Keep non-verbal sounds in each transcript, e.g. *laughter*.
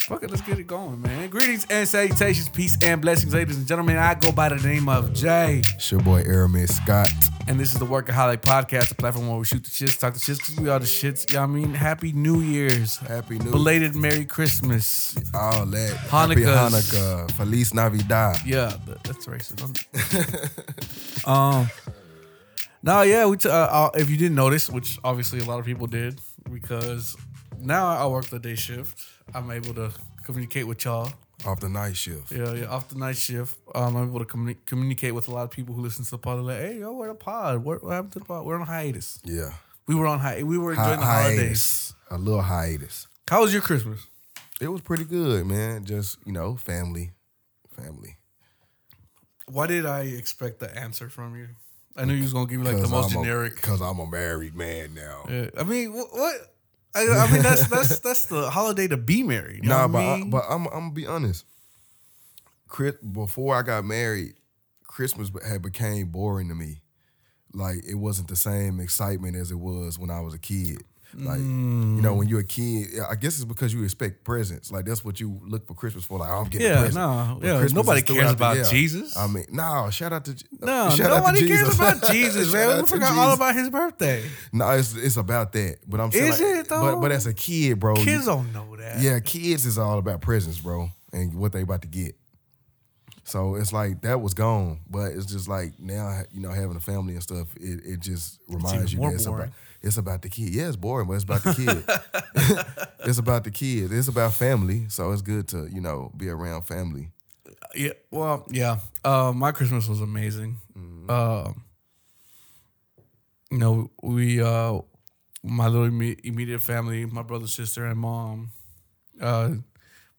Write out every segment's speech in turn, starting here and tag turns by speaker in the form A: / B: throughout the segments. A: Fuck it, let's get it going, man. Greetings and salutations, peace and blessings, ladies and gentlemen. I go by the name of Jay,
B: It's your boy Aramid Scott.
A: and this is the Workaholic Podcast, the platform where we shoot the shits, talk the shits, because we are the shits. Yeah, I mean, Happy New Year's.
B: Happy New
A: Belated Merry Christmas.
B: All that. Happy
A: Hanukkahs.
B: Hanukkah. Feliz Navidad.
A: Yeah, that- that's racist. I'm- *laughs* um, no, yeah, we. T- uh, uh, if you didn't notice, which obviously a lot of people did, because now I work the day shift. I'm able to communicate with y'all.
B: Off the night shift.
A: Yeah, yeah. Off the night shift, um, I'm able to communi- communicate with a lot of people who listen to the pod. They're like, hey, yo, we're the pod. What, what happened to the pod? We're on hiatus.
B: Yeah.
A: We were on hi. We were
B: Hi-
A: enjoying the holidays.
B: hiatus. A little hiatus.
A: How was your Christmas?
B: It was pretty good, man. Just, you know, family. Family.
A: Why did I expect the answer from you? I knew you was gonna give me like the most generic.
B: Because I'm a married man now.
A: Yeah, I mean, wh- what? I, I mean, that's that's that's the holiday to be married. You
B: Nah,
A: know
B: but,
A: what I
B: I,
A: mean?
B: but I'm, I'm gonna be honest. Chris, before I got married, Christmas had became boring to me. Like it wasn't the same excitement as it was when I was a kid. Like you know,
A: Mm.
B: when you're a kid, I guess it's because you expect presents. Like that's what you look for Christmas for. Like I'm getting
A: yeah,
B: presents.
A: no,
B: But
A: yeah.
B: Christmas
A: nobody
B: is
A: cares
B: throughout the
A: about
B: year.
A: Jesus.
B: I mean, no, shout out to
A: no,
B: *laughs* shout out to
A: nobody cares
B: Jesus.
A: about
B: *laughs*
A: Jesus,
B: Shout
A: man.
B: out
A: We
B: to
A: forgot
B: Jesus.
A: all about his birthday.
B: No, it's it's about that. But I'm saying,
A: Is
B: like-
A: it, though?
B: But but as a kid, bro, Oh, you-
A: Kids don't know that.
B: yeah, kids is all about presents, bro, and what they about to get. So it's like that was gone, but it's just like now you know having a family and stuff. It, it just reminds you
A: more
B: that it's about,
A: boring.
B: it's about the kid. Yeah, it's boring, but it's about the kid.
A: *laughs*
B: it's about the kids. It's about family. So it's good to you know be around family.
A: yeah. Well, yeah. Uh, my Christmas was amazing.
B: Mm-hmm.
A: Um, you know, we uh, my little imme- immediate family, my brother, sister, and mom. Uh,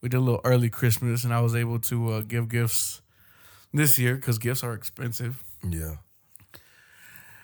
A: we did a little early Christmas, and I was able to uh, give gifts this year because gifts are expensive.
B: Yeah,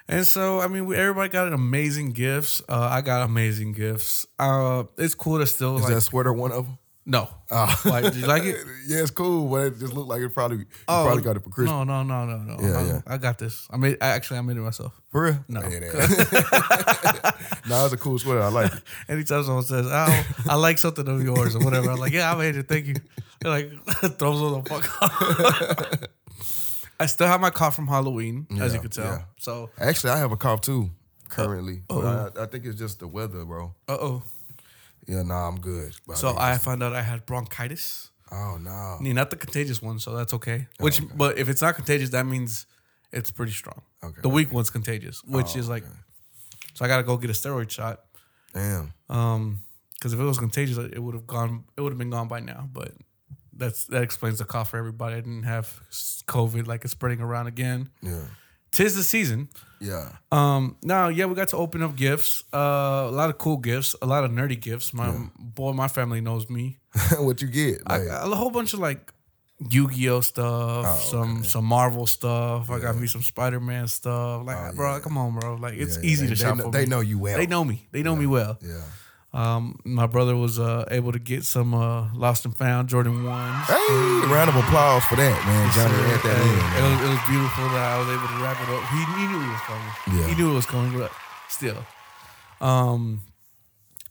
A: And so, I mean, we, everybody got amazing gifts. Uh, I got amazing gifts. Uh, it's cool to still
B: is
A: like
B: that sweater one of them?
A: no.
B: Oh.
A: Why, did you like it?
B: yeah, it's cool, but it just looked like it probably you probably got it for Christmas.
A: Oh, No, no, no, no, no.
B: Yeah,
A: I,
B: yeah.
A: I got this. I made. I actually, I made it myself.
B: For real?
A: No.
B: Yeah, that- *laughs* nah, it's a cool sweater. I like it.
A: Anytime someone says, "Oh, I like something of yours" or whatever, I'm like, "Yeah, I made it. Thank you." They're like *laughs* throws all the fuck off. *laughs* I still have my car from Halloween, as you
B: Yeah,
A: could tell.
B: yeah.
A: So,
B: Actually, I have a cough too currently. But
A: Oh.
B: I, I think it's just the weather, bro.
A: uh oh.
B: Yeah, nah, I'm good. But
A: So
B: think-
A: I found out I had bronchitis.
B: oh no,
A: I mean, not the contagious one, so that's okay.
B: Oh,
A: Which, but if it's not contagious, that means it's pretty strong.
B: Okay, Oh,
A: The weak one's contagious, which is like, so I gotta go get a steroid shot.
B: damn.
A: Um, because if it was contagious, it would have gone. It would have been gone by now. But that's that explains the cough for everybody. I didn't have s- COVID like it's spreading around again.
B: Yeah,
A: Tis the season.
B: yeah.
A: Um, now yeah, we got to open up gifts. Uh, a lot of cool gifts, a lot of nerdy gifts. My boy, my family knows me.
B: *laughs* what you get? Like,
A: I, a whole bunch of like Yu-Gi-Oh stuff,
B: Oh,
A: some some Marvel stuff. I got me some Spider-Man stuff. Like, bro, come on, bro. Like, it's
B: Oh, yeah,
A: easy
B: they,
A: to shop
B: They,
A: for.
B: know, they
A: me.
B: know you well.
A: They know me. They know me well.
B: Yeah.
A: Um, my brother was uh, able to get some uh, Lost and Found Jordan ones.
B: Hey, round of applause for that, man. Johnny
A: So,
B: had
A: uh,
B: that
A: It was, it was beautiful that I was able to wrap it up. He, he knew it was coming.
B: Yeah.
A: He knew it was coming, but still. Um,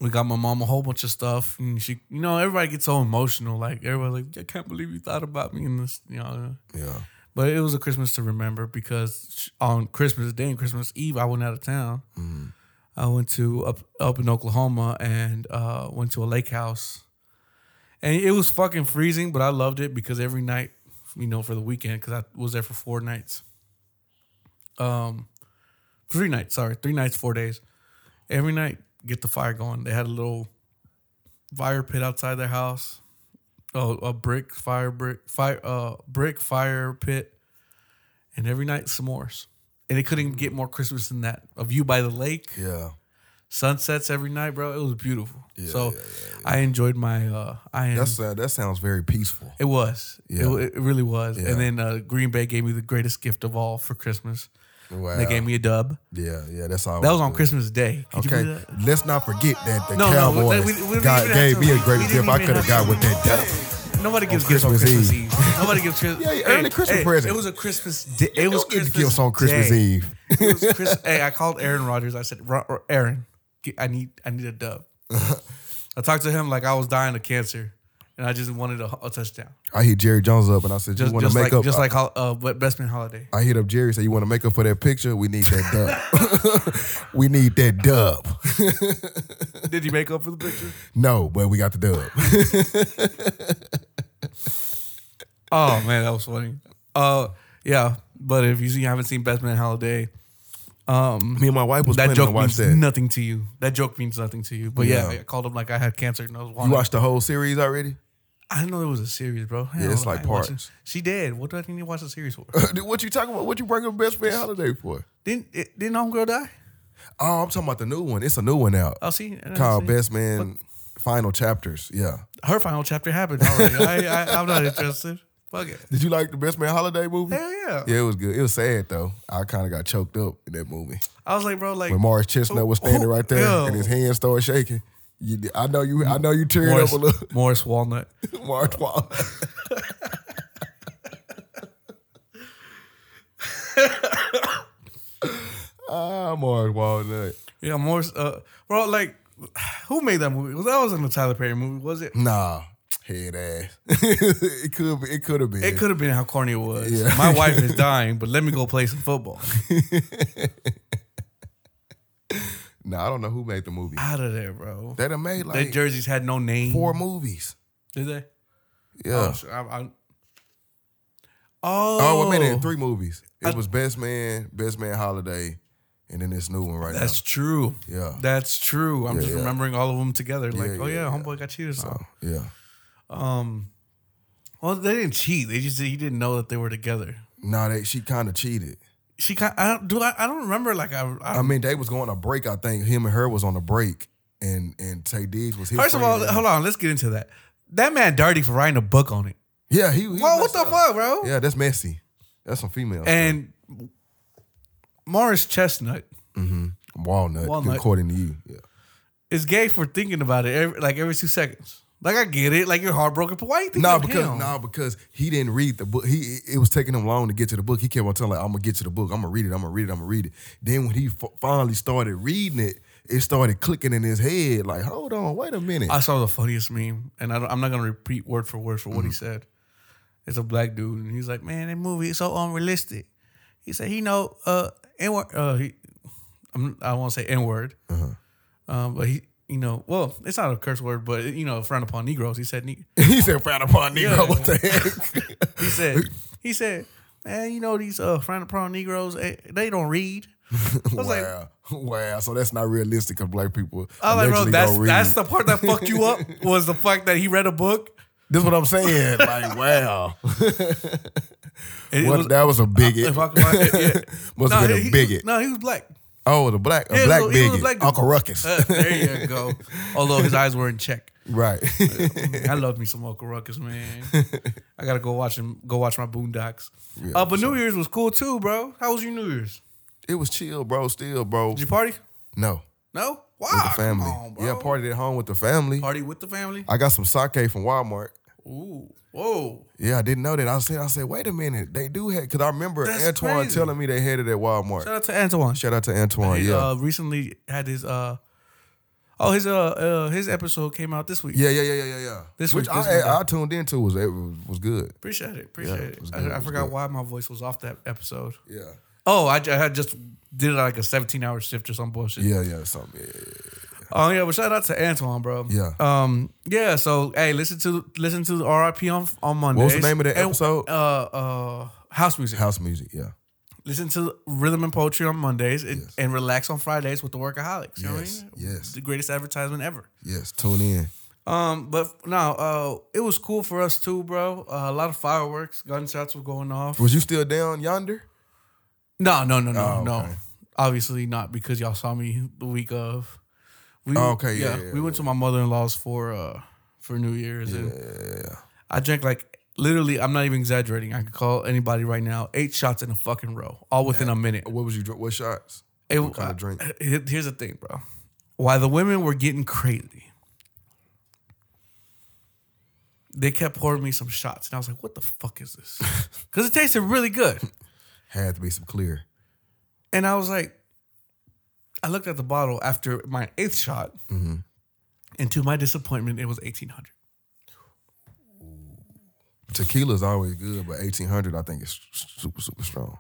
A: we got my mom a whole bunch of stuff, and she, you know, everybody gets so emotional. Like everybody's like, I can't believe you thought about me in this, you know.
B: in. Yeah.
A: But it was a Christmas to remember because sh- on Christmas Day and Christmas Eve, I went out of town. I went to up up in Oklahoma and uh, went to a lake house, and it was fucking freezing, but I loved it because every night, you know, for the weekend, because I was there for four nights, um, three nights, sorry, three nights, four days. Every night, get the fire going. They had a little fire pit outside their house oh, a brick fire brick fire uh brick fire pit and every night s'mores and it couldn't get more christmas than that a view by the lake
B: Yeah.
A: sunsets every night bro it was beautiful
B: Yeah,
A: so
B: yeah, yeah,
A: i enjoyed my uh i am,
B: That's uh, that sounds very peaceful.
A: it was
B: Yeah.
A: it, wa- it really was
B: Yeah.
A: and then uh green bay gave me the greatest gift of all for christmas
B: Wow.
A: they gave me a dub
B: yeah, yeah. That's all.
A: that was on christmas day Could you
B: Okay,
A: believe that?
B: let's not forget that the
A: No, no,
B: Cowboys
A: we- we- we didn't
B: got,
A: even have
B: gave
A: to-
B: me a
A: we
B: great
A: didn't
B: gift. I
A: even
B: could
A: have
B: have got
A: to-
B: with that dub.
A: Nobody gives gifts on
B: Christmas
A: Christmas
B: Eve.
A: Eve. Nobody gives Christmas.
B: *laughs* Yeah, early Christmas present.
A: It was a Christmas. Day. It
B: You
A: was
B: don't get
A: Christmas
B: gifts on Christmas
A: day.
B: Eve.
A: It was
B: *laughs*
A: Chris, hey, I called Aaron Rodgers. I said, "Ro- or
B: *laughs*
A: Aaron, get- I need, I need a dub. I talked to him like I was dying of cancer, and I just wanted a, a touchdown.
B: I hit Jerry Jones up and I said,
A: Just,
B: "You want
A: just
B: to make
A: like
B: up?"
A: just
B: I,
A: like Hol- uh, Be- Best Man Holiday.
B: I hit up Jerry and said, "You want to make up for that picture? We need that dub. *laughs* we need that dub. *laughs*
A: Did he make up for the picture?
B: no, but we got the dub. *laughs*
A: Oh man, that was funny. Uh, yeah. But if you see- haven't seen Best Man Holiday,
B: Me and my wife was
A: that
B: planning to
A: joke
B: watch
A: means
B: that.
A: nothing to you. That joke means nothing to you. But yeah,
B: Yeah.
A: I called him like I had cancer and I was
B: You
A: walking.
B: watched the whole series already? *laughs*
A: I didn't know it was a series, bro. Hell,
B: Yeah, it's like
A: I ain't watching-
B: parts.
A: She did. What do I need to watch a series for? *laughs*
B: Dude, what you talking about? What you bring up best friend holiday for?
A: didn't it, didn't homegirl die?
B: Oh, I'm talking about the new one. It's a new one out
A: I'll see. I'll
B: called
A: see.
B: Best Man Final Chapters. Yeah.
A: Her final chapter happened already. I, I, I'm not interested. Fuck
B: *laughs*
A: it.
B: Did you like the Best Man Holiday movie?
A: Hell yeah.
B: Yeah, it was good. It was sad though. I kind of got choked up in that movie
A: I was like, bro, like
B: when Morris Chestnut was standing right there
A: Yo.
B: and his hands started shaking. You, I know you. I know you teared
A: Morris,
B: up a little. *laughs*
A: Morris Walnut.
B: Morris Wall. *laughs* ah, Morris Walnut.
A: Yeah, Morris. Uh, bro, like, who made that movie? Well, that wasn't a Tyler Perry movie, was it?
B: Nah, head ass. *laughs* it could. Be, it could have been.
A: It could have been how corny it was.
B: Yeah.
A: My wife
B: *laughs*
A: is dying, but let me go play some football.
B: Nah, I don't know who made the movie.
A: Out of there, bro.
B: They done made
A: Their
B: like
A: jerseys had no name.
B: four movies.
A: Did they?
B: Yeah.
A: Oh, sure. I, I, oh,
B: Oh, I mean, in three movies. It
A: I-
B: was Best Man, Best Man Holiday, and then this new one right
A: That's true.
B: now. Yeah.
A: That's true. I'm
B: Yeah,
A: just
B: yeah.
A: remembering all of them together. Like,
B: Yeah,
A: oh yeah,
B: yeah, Uh,
A: homeboy got cheated. on.
B: So, Oh, yeah.
A: Um, well, they didn't cheat. They just he didn't know that they were together.
B: No, they she kind of cheated.
A: She kind. I don't do. I, I don't remember. Like I. I,
B: I mean, they was going on a break. I think him and her was on a break, and and Tay Diggs was his.
A: first of all,
B: friend.
A: hold on. Let's get into that. That man dirty for writing a book on it.
B: yeah, he. he
A: Whoa, what
B: messed
A: the
B: up.
A: fuck, bro?
B: Yeah, that's messy. That's some female.
A: And Morris Chestnut
B: Mm-hmm. walnut,
A: Walnut.
B: according to you. Yeah.
A: is gay for thinking about it every, like every two seconds. Like I get it. Like you're heartbroken, but why you think
B: No,
A: of
B: because
A: him?
B: no, because he didn't read the book. He it was taking him long to get to the book. He kept on telling like, "I'm gonna get to the book. I'm gonna read it. I'm gonna read it. I'm gonna read it." Then when he f- finally started reading it, it started clicking in his head. Like, hold on, wait a minute.
A: I saw the funniest meme, and I don't, I'm not gonna repeat word for word for what
B: Mm-hmm.
A: he said. It's a black dude, and he's like, "Man, that movie is so unrealistic." He said, "He know uh n word. Uh, he, I'm, I won't say n word,
B: Uh-huh.
A: um, but he, you know, well, it's not a curse word, but you know, frown upon Negroes." He said, "Ne-
B: *laughs* he said, "Frown upon Negro."
A: Yeah.
B: What the
A: *laughs*
B: heck?
A: "He
B: *laughs*
A: said, he said, man, you know these uh frown upon Negroes, eh, they don't read." I was like,
B: wow, *laughs* wow. So that's not realistic because black people.
A: I was like, bro,
B: allegedly
A: that's
B: don't read.
A: that's the part that fucked you up
B: *laughs*
A: was the fact that he read a book.
B: This what I'm saying. Like, *laughs* wow,
A: It, it
B: What-
A: was-
B: that was a
A: *laughs*
B: bigot.
A: if I could find
B: *laughs*
A: it, yeah.
B: Must have
A: nah,
B: been
A: he-
B: a bigot.
A: No, he was black.
B: Oh, the black, a
A: Yeah,
B: black
A: he was a
B: bigot,
A: black dude.
B: Uncle Ruckus.
A: Uh, there you go. Although his eyes were in check.
B: *laughs* right. *laughs*
A: I love me some Uncle Ruckus, man. I gotta go watch him. Go watch my Boondocks. uh, but New Year's was cool too, bro. How was your New Year's?
B: it was chill, bro. Still, bro.
A: Did you party?
B: No.
A: No. Why?
B: with the family.
A: Come on, bro.
B: yeah, partied at home with the family.
A: Party with the family.
B: I got some sake from Walmart.
A: Ooh. Whoa.
B: Yeah, I didn't know that. I said, I said, wait a minute, they do have because I remember
A: That's
B: Antoine
A: crazy.
B: telling me they had it at Walmart.
A: Shout out to Antoine.
B: Shout out to Antoine.
A: He
B: Oh, yeah,
A: uh, recently had his uh. Oh, his uh, uh his episode came out this week.
B: yeah, yeah, yeah, yeah, yeah, yeah.
A: This
B: which
A: was-
B: I,
A: this was-
B: I, tuned into was it was, was good.
A: Appreciate it. Appreciate
B: it
A: it.
B: was
A: I-
B: good, it
A: I,
B: was
A: forgot
B: good.
A: why my voice was off that episode.
B: Yeah,
A: Oh, I, ju- I had just did it like a 17 hour shift or some bullshit.
B: yeah, yeah, something. Yeah, yeah,
A: Oh yeah, but shout out to Antoine, bro.
B: Yeah.
A: Um. Yeah. So hey, listen to listen to the RIP on on Monday.
B: was the name of that episode?
A: Uh. Uh. House
B: yeah.
A: music.
B: House music. Yeah,
A: Listen to rhythm and poetry on Mondays, and,
B: Yes.
A: and relax on Fridays with the workaholics. You know what I
B: Yes,
A: mean?
B: yes.
A: The greatest advertisement ever.
B: yes. Tune in.
A: Um, but no, uh, it was cool for us too, bro. Uh, a lot of fireworks, gunshots were going off.
B: Was you still down yonder?
A: No, no, no, no,
B: Oh,
A: no.
B: okay.
A: Obviously not because y'all saw me the week of. We,
B: Oh, okay, yeah, yeah,
A: we went to my mother in law's for uh for New Year's and
B: Yeah,
A: I drank like literally. I'm not even exaggerating. I could call anybody right now. Eight shots in a fucking row, all within a minute.
B: What was you? dr- What shots?
A: It-
B: what kind of drink?
A: uh, here- Here's the thing, bro. Why the women were getting crazy. They kept pouring me some shots, and I was like, "What the fuck is
B: *laughs*
A: this?" Because it tasted really good.
B: Had to be some clear.
A: And I was like, I looked at the bottle after
B: Mm-hmm.
A: my eighth shot, and to my disappointment, it was eighteen hundred.
B: Tequila's always good, but 1800 I think is super super strong.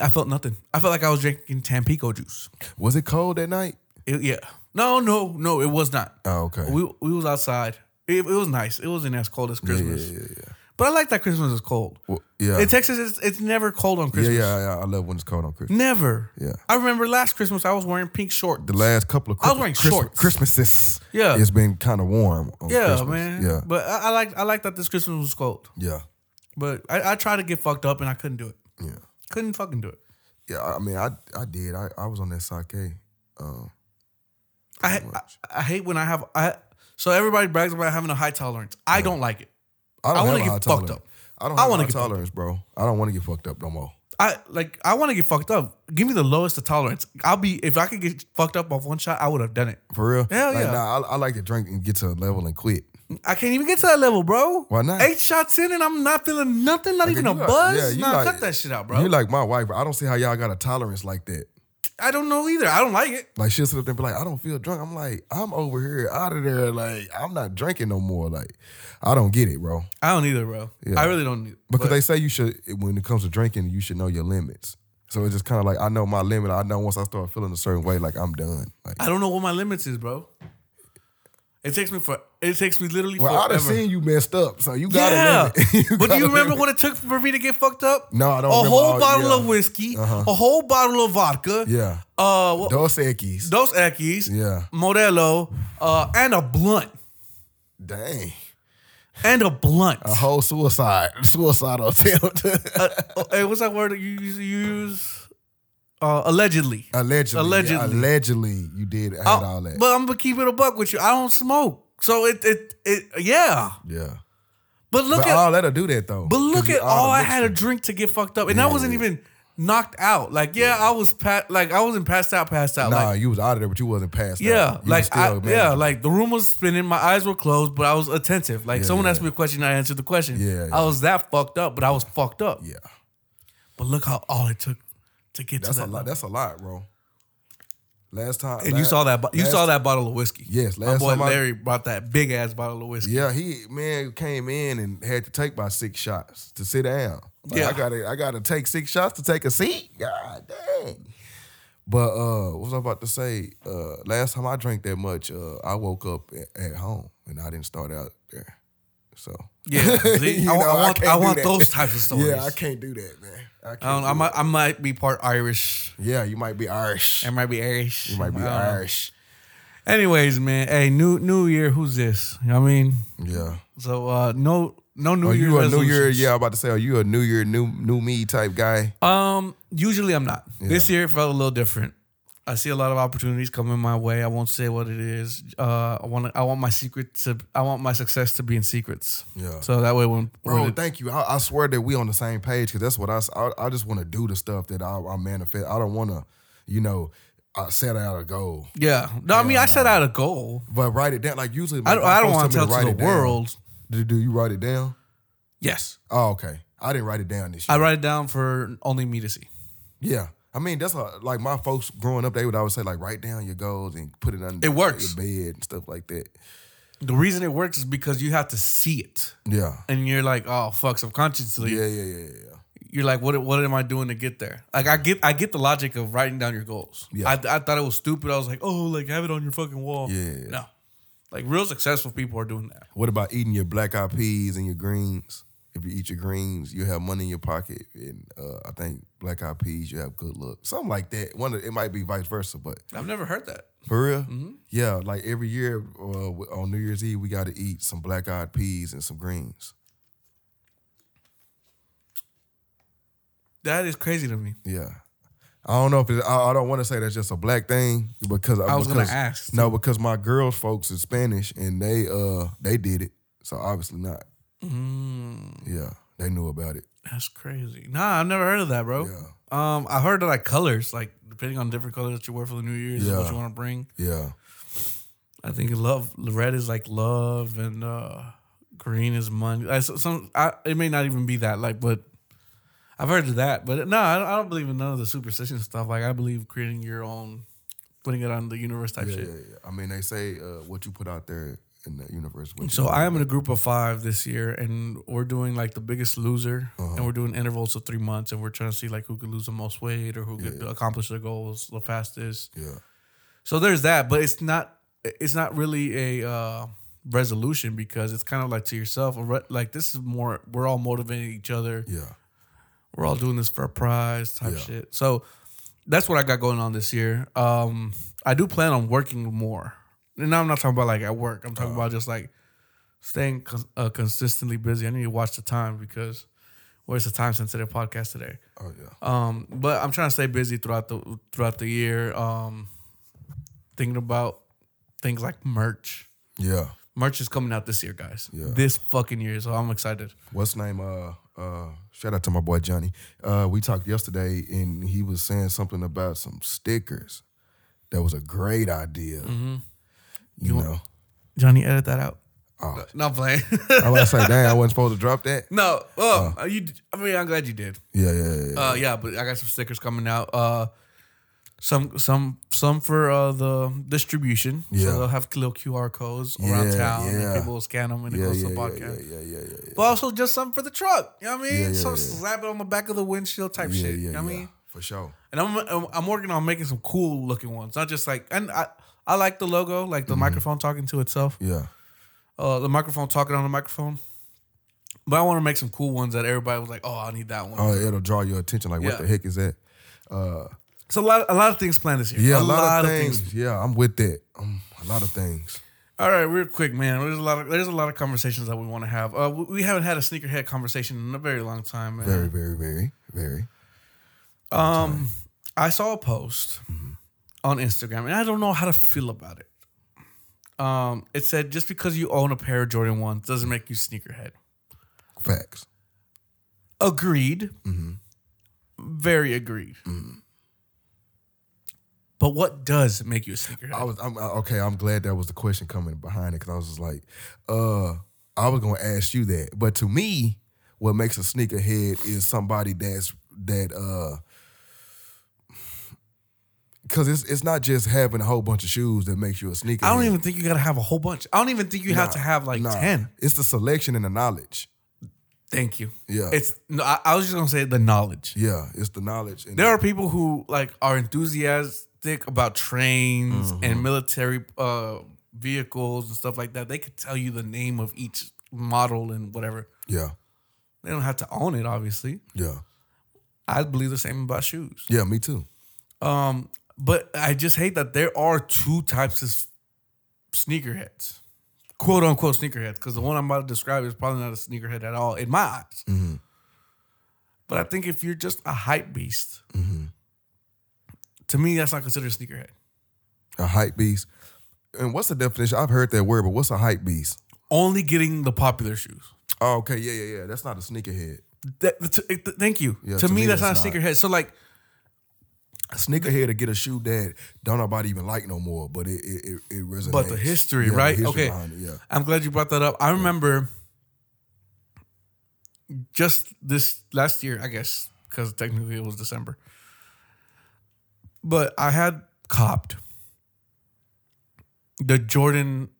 A: I felt nothing. I felt like I was drinking Tampico juice.
B: Was it cold that night?
A: It- yeah. No, no, no. It was not.
B: Oh, okay.
A: We we was outside. It, it was nice. It wasn't as cold as
B: yeah, yeah,
A: Christmas.
B: yeah, yeah.
A: But I like that Christmas is cold.
B: Well, yeah.
A: In Texas, it's, it's never cold on
B: yeah,
A: Christmas.
B: yeah, yeah. I love when it's cold on Christmas.
A: Never.
B: Yeah.
A: I remember last Christmas I was wearing pink shorts.
B: The last couple of
A: I was
B: Christmas,
A: wearing
B: Christmas,
A: shorts.
B: Christmases,
A: Yeah.
B: it's been kind of warm. On
A: yeah,
B: Christmas.
A: man.
B: Yeah,
A: But I, I like I like that this Christmas was cold.
B: yeah,
A: But I, I tried to get fucked up and I couldn't do it.
B: yeah.
A: Couldn't fucking do it.
B: Yeah, I I mean, I I did. I, I was on that sake. Um,
A: I ha-
B: much.
A: I, I hate when I have I. So everybody brags about having a high tolerance. I don't like it.
B: I
A: I
B: don't
A: wanna
B: have a
A: get
B: high
A: fucked
B: tolerance.
A: up.
B: I don't
A: I
B: have
A: wanna
B: high
A: get fucked up.
B: tolerance, bro. I don't want to get fucked up no more.
A: I like I want to get fucked up. Give me the lowest of tolerance. I'll be if I could get fucked up off one shot, I would have done it.
B: For real?
A: Hell
B: Like,
A: yeah.
B: Nah, I, I like to drink and get to a level and quit.
A: I can't even get to that level, bro.
B: Why not?
A: Eight shots in and I'm not feeling nothing, not even a
B: you like-
A: buzz.
B: yeah, you
A: nah,
B: like-
A: cut that shit out, bro.
B: You like my wife, bro. I don't see how y'all got a tolerance like that.
A: I don't know either. I don't like it.
B: Like she'll sit up there and be like, I don't feel drunk. I'm like, I'm over here, out of there. Like, I'm not drinking no more. Like, I don't get it, bro.
A: I don't either, bro.
B: Yeah.
A: I really don't. Either.
B: Because
A: But-
B: they say you should, when it comes to drinking, you should know your limits. So it's just kind of like, I know my limit. I know once I start feeling a certain way, like I'm done. Like,
A: I don't know what my limits is, bro. It takes me for it takes me literally
B: well, I done
A: forever.
B: seen you messed up, so *laughs* you got
A: yeah,
B: a limit.
A: but do
B: got a
A: you remember
B: limit.
A: what it took for me to get fucked up?
B: No, I don't
A: A
B: remember
A: whole
B: all-
A: bottle
B: yeah. Uh-huh.
A: of whiskey, a whole bottle of vodka.
B: Yeah.
A: Uh, what-
B: Dos Equis.
A: Dos Equis.
B: Yeah.
A: Modelo. Uh, and a blunt.
B: Dang.
A: And a blunt. *laughs*
B: A whole suicide, suicidal attempt. *laughs*
A: Uh, hey, what's that word that you use? You use? Uh, allegedly.
B: allegedly,
A: Allegedly.
B: yeah, allegedly, you did had
A: I-
B: all that.
A: But I'm gonna keep it a buck with you. I don't smoke, so it it it yeah.
B: yeah,
A: But look
B: but
A: at
B: all that'll do that though.
A: but look
B: 'Cause
A: at
B: you
A: all I
B: the
A: had to
B: mixture.
A: drink to get fucked up, and I wasn't even knocked out. Like yeah, I was pa- like I wasn't passed out, passed out.
B: Nah,
A: like,
B: you was out of there, but you wasn't passed.
A: yeah,
B: out. You was
A: like I,
B: still
A: yeah,
B: manageable.
A: like the room was spinning. My eyes were closed, but I was attentive. Like someone
B: yeah.
A: asked me a question, I answered the question.
B: Yeah, yeah.
A: I was that fucked up, but I was fucked up.
B: yeah.
A: But look how all it took to get
B: That's
A: to
B: a
A: that.
B: lot. That's a lot, bro. Last time,
A: and you
B: last-
A: saw that bo- you
B: last-
A: saw that bottle of whiskey.
B: Yes,
A: my
B: last
A: boy
B: time I-
A: Larry brought that big ass bottle of whiskey.
B: Yeah, he man came in and had to take my six shots to sit down. Like,
A: Yeah.
B: I gotta I gotta take six shots to take a seat. God dang. But uh what was I about to say? Uh last time I drank that much, uh I woke up a- at, home and I didn't start out there. So *laughs*
A: Yeah, see?
B: You
A: I, want-
B: know,
A: I
B: I
A: want,
B: can't
A: I
B: do
A: want
B: that.
A: those types of stories.
B: *laughs* Yeah, I can't do that, man. I can't
A: I, don't,
B: do
A: I,
B: it.
A: might, I might be part Irish.
B: Yeah, you might be Irish.
A: I might be Irish.
B: You might be
A: I don't know.
B: Irish.
A: Anyways, man, hey, new New Year, who's this? You know what I mean,
B: Yeah.
A: so uh, no, no New
B: Are
A: Year.
B: Oh, you a New Year?
A: resolutions.
B: Yeah, I'm about to say, are you a New Year, new new me type guy?
A: Um, usually I'm not. This year it felt a little different. I see a lot of opportunities coming my way. I won't say what it is. Uh, I want I want my secret to I want my success to be in secrets.
B: Yeah.
A: So that way when
B: Bro,
A: when it-
B: thank you. I, I swear that we on the same page because that's what I, s- I- I just want to do the stuff that I, I manifest. I don't want to, you know, I set out a goal,
A: yeah. No, I mean I set out a goal.
B: but write it down. Like usually,
A: I don't I don't
B: folks
A: want to tell
B: me
A: to
B: write
A: the
B: it down.
A: world.
B: Do, do you write it down?
A: Yes,
B: Oh, okay. I didn't write it down this year.
A: I write it down for only me to see.
B: yeah. I mean, that's a, like my folks growing up. They would always say like, write down your goals and put it under
A: It works.
B: your bed and stuff like that.
A: The reason it works is because you have to see it,
B: Yeah.
A: and you're like, oh fuck, subconsciously,
B: Yeah. Yeah. Yeah. Yeah.
A: you're like, what what am I doing to get there? Like I get I get the logic of writing down your goals.
B: Yeah.
A: I, I thought it was stupid. I was like, oh, like have it on your fucking wall.
B: Yeah.
A: No. Like real successful people are doing that.
B: What about eating your black eyed peas and your greens? If you eat your greens, you have money in your pocket, and uh, I think black eyed peas, you have good luck, something like that. One, of, it might be vice versa, but
A: I've never heard that. Mm-hmm.
B: for real, yeah. Like every year uh, on New Year's Eve, we got to eat some black eyed peas and some greens.
A: That is crazy to me.
B: Yeah, I don't know if it, I, I don't want to say that's just a black thing because
A: I was gonna
B: Uh, because-
A: ask,
B: No, because my girls' folks is Spanish and they uh they did it, so obviously not. Yeah, they knew about it.
A: Mm, That's crazy. Nah, I've never heard of that, bro.
B: Yeah.
A: Um, I heard of like colors, like depending on different colors that you wear for the New Year's,
B: Yeah.
A: what you want to bring.
B: Yeah.
A: I think love red is like love, and uh, green is money. Like, so- some I, it may not even be that like, but I've heard of that. But no, I don't, I don't believe in none of the superstition stuff. Like I believe creating your own, putting it on the universe type
B: Yeah,
A: shit.
B: yeah, yeah. I mean, they say uh, what you put out there in the universe. With
A: So
B: you.
A: I am in a group of five this year, and we're doing like the biggest loser,
B: Uh-huh.
A: and we're doing intervals of three months, and we're trying to see like who could lose the most weight or who could accomplish their goals the fastest.
B: yeah,
A: So there's that, but it's not it's not really a uh, resolution because it's kind of like to yourself. a re- Like this is more we're all motivating each other.
B: yeah,
A: We're all doing this for a prize type
B: Yeah.
A: shit. So that's what I got going on this year. Um, I do plan on working more, and now I'm not talking about like at work. I'm talking about just like staying cons- uh, consistently busy. I need to watch the time because well, it's a time sensitive podcast today.
B: oh yeah.
A: Um, but I'm trying to stay busy throughout the throughout the year. Um, thinking about things like merch.
B: Yeah.
A: Merch is coming out this year, guys.
B: Yeah.
A: This fucking year, so I'm excited.
B: What's name? Uh, uh, shout out to my boy Johnny. Uh, we talked yesterday, and he was saying something about some stickers. That was a great idea.
A: Mm-hmm.
B: You, know,
A: Johnny, edit that out.
B: Oh.
A: Not playing. *laughs*
B: I was like, dang, I wasn't supposed to drop that.
A: no. Oh, you. I mean, I'm glad you did.
B: Yeah, yeah, yeah. yeah.
A: Uh, yeah, but I got some stickers coming out. Uh, some some some for uh, the distribution.
B: Yeah.
A: So they'll have little QR codes around
B: Yeah,
A: town,
B: yeah.
A: and people will scan them when it
B: yeah,
A: goes
B: yeah,
A: to the
B: yeah,
A: podcast.
B: yeah, yeah, yeah, yeah,
A: But also just something for the truck. You know what I mean?
B: Yeah, yeah,
A: so
B: yeah.
A: slap it on the back of the windshield type
B: yeah,
A: shit.
B: yeah,
A: you know what
B: yeah.
A: I mean?
B: for sure.
A: And I'm, I'm I'm working on making some cool looking ones. Not just like and I I like the logo, like
B: Mm-hmm.
A: the microphone talking to itself.
B: Yeah,
A: Uh the microphone talking on the microphone. But I want to make some cool ones that everybody was like, oh, I need that one.
B: oh, it'll draw your attention. Like,
A: Yeah.
B: what the heck is that?
A: so a lot a lot of things planned this year.
B: Yeah, a, lot, of things. Yeah, I'm with that. Um, a lot of things.
A: All right, real quick, man. There's a lot of there's a lot of conversations that we want to have. Uh, we, we haven't had a sneakerhead conversation in a very long time, man.
B: Very, very, very, very.
A: Um, I saw a post
B: Mm-hmm.
A: on Instagram, and I don't know how to feel about it. Um, it said just because you own a pair of Jordan ones doesn't make you sneakerhead.
B: Facts.
A: Agreed.
B: Mm-hmm.
A: Very agreed. But what does make you a sneakerhead?
B: I was I'm, I- okay. I'm glad that was the question coming behind it because I was just like, uh, I was gonna ask you that, but to me, what makes a sneakerhead is somebody that's that uh, because it's it's not just having a whole bunch of shoes that makes you a sneakerhead.
A: I don't even think you gotta have a whole bunch. I don't even think you have to have like
B: Nah.
A: ten.
B: It's the selection and the knowledge.
A: Thank you.
B: Yeah,
A: It's no. I, I was just gonna say the knowledge.
B: yeah, it's the knowledge. And
A: There are people who like are enthusiastic about trains
B: Mm-hmm.
A: and military uh, vehicles and stuff like that. They could tell you the name of each model and whatever.
B: yeah,
A: They don't have to own it, obviously.
B: yeah,
A: I believe the same about shoes.
B: yeah. Me too.
A: Um, but I just hate that there are two types of sneakerheads, quote unquote sneakerheads, because the one I'm about to describe is probably not a sneakerhead at all in my eyes.
B: Mm-hmm.
A: But I think if you're just a hype beast, to me, that's not considered a sneakerhead.
B: A hype beast. And what's the definition? I've heard that word, but what's a hype beast?
A: Only getting the popular shoes.
B: Oh, okay, yeah, yeah, yeah. That's not a sneakerhead.
A: That, to- th- thank you.
B: Yeah,
A: to, me, that's, not a sneakerhead. So like,
B: a sneakerhead to get a shoe that don't nobody even like no more, but it it, it, it resonates.
A: but the history,
B: Yeah, the
A: right?
B: history
A: okay.
B: behind it, yeah,
A: I'm glad you brought that up. I remember just this last year, I guess, because technically it was December. But I had copped the Jordan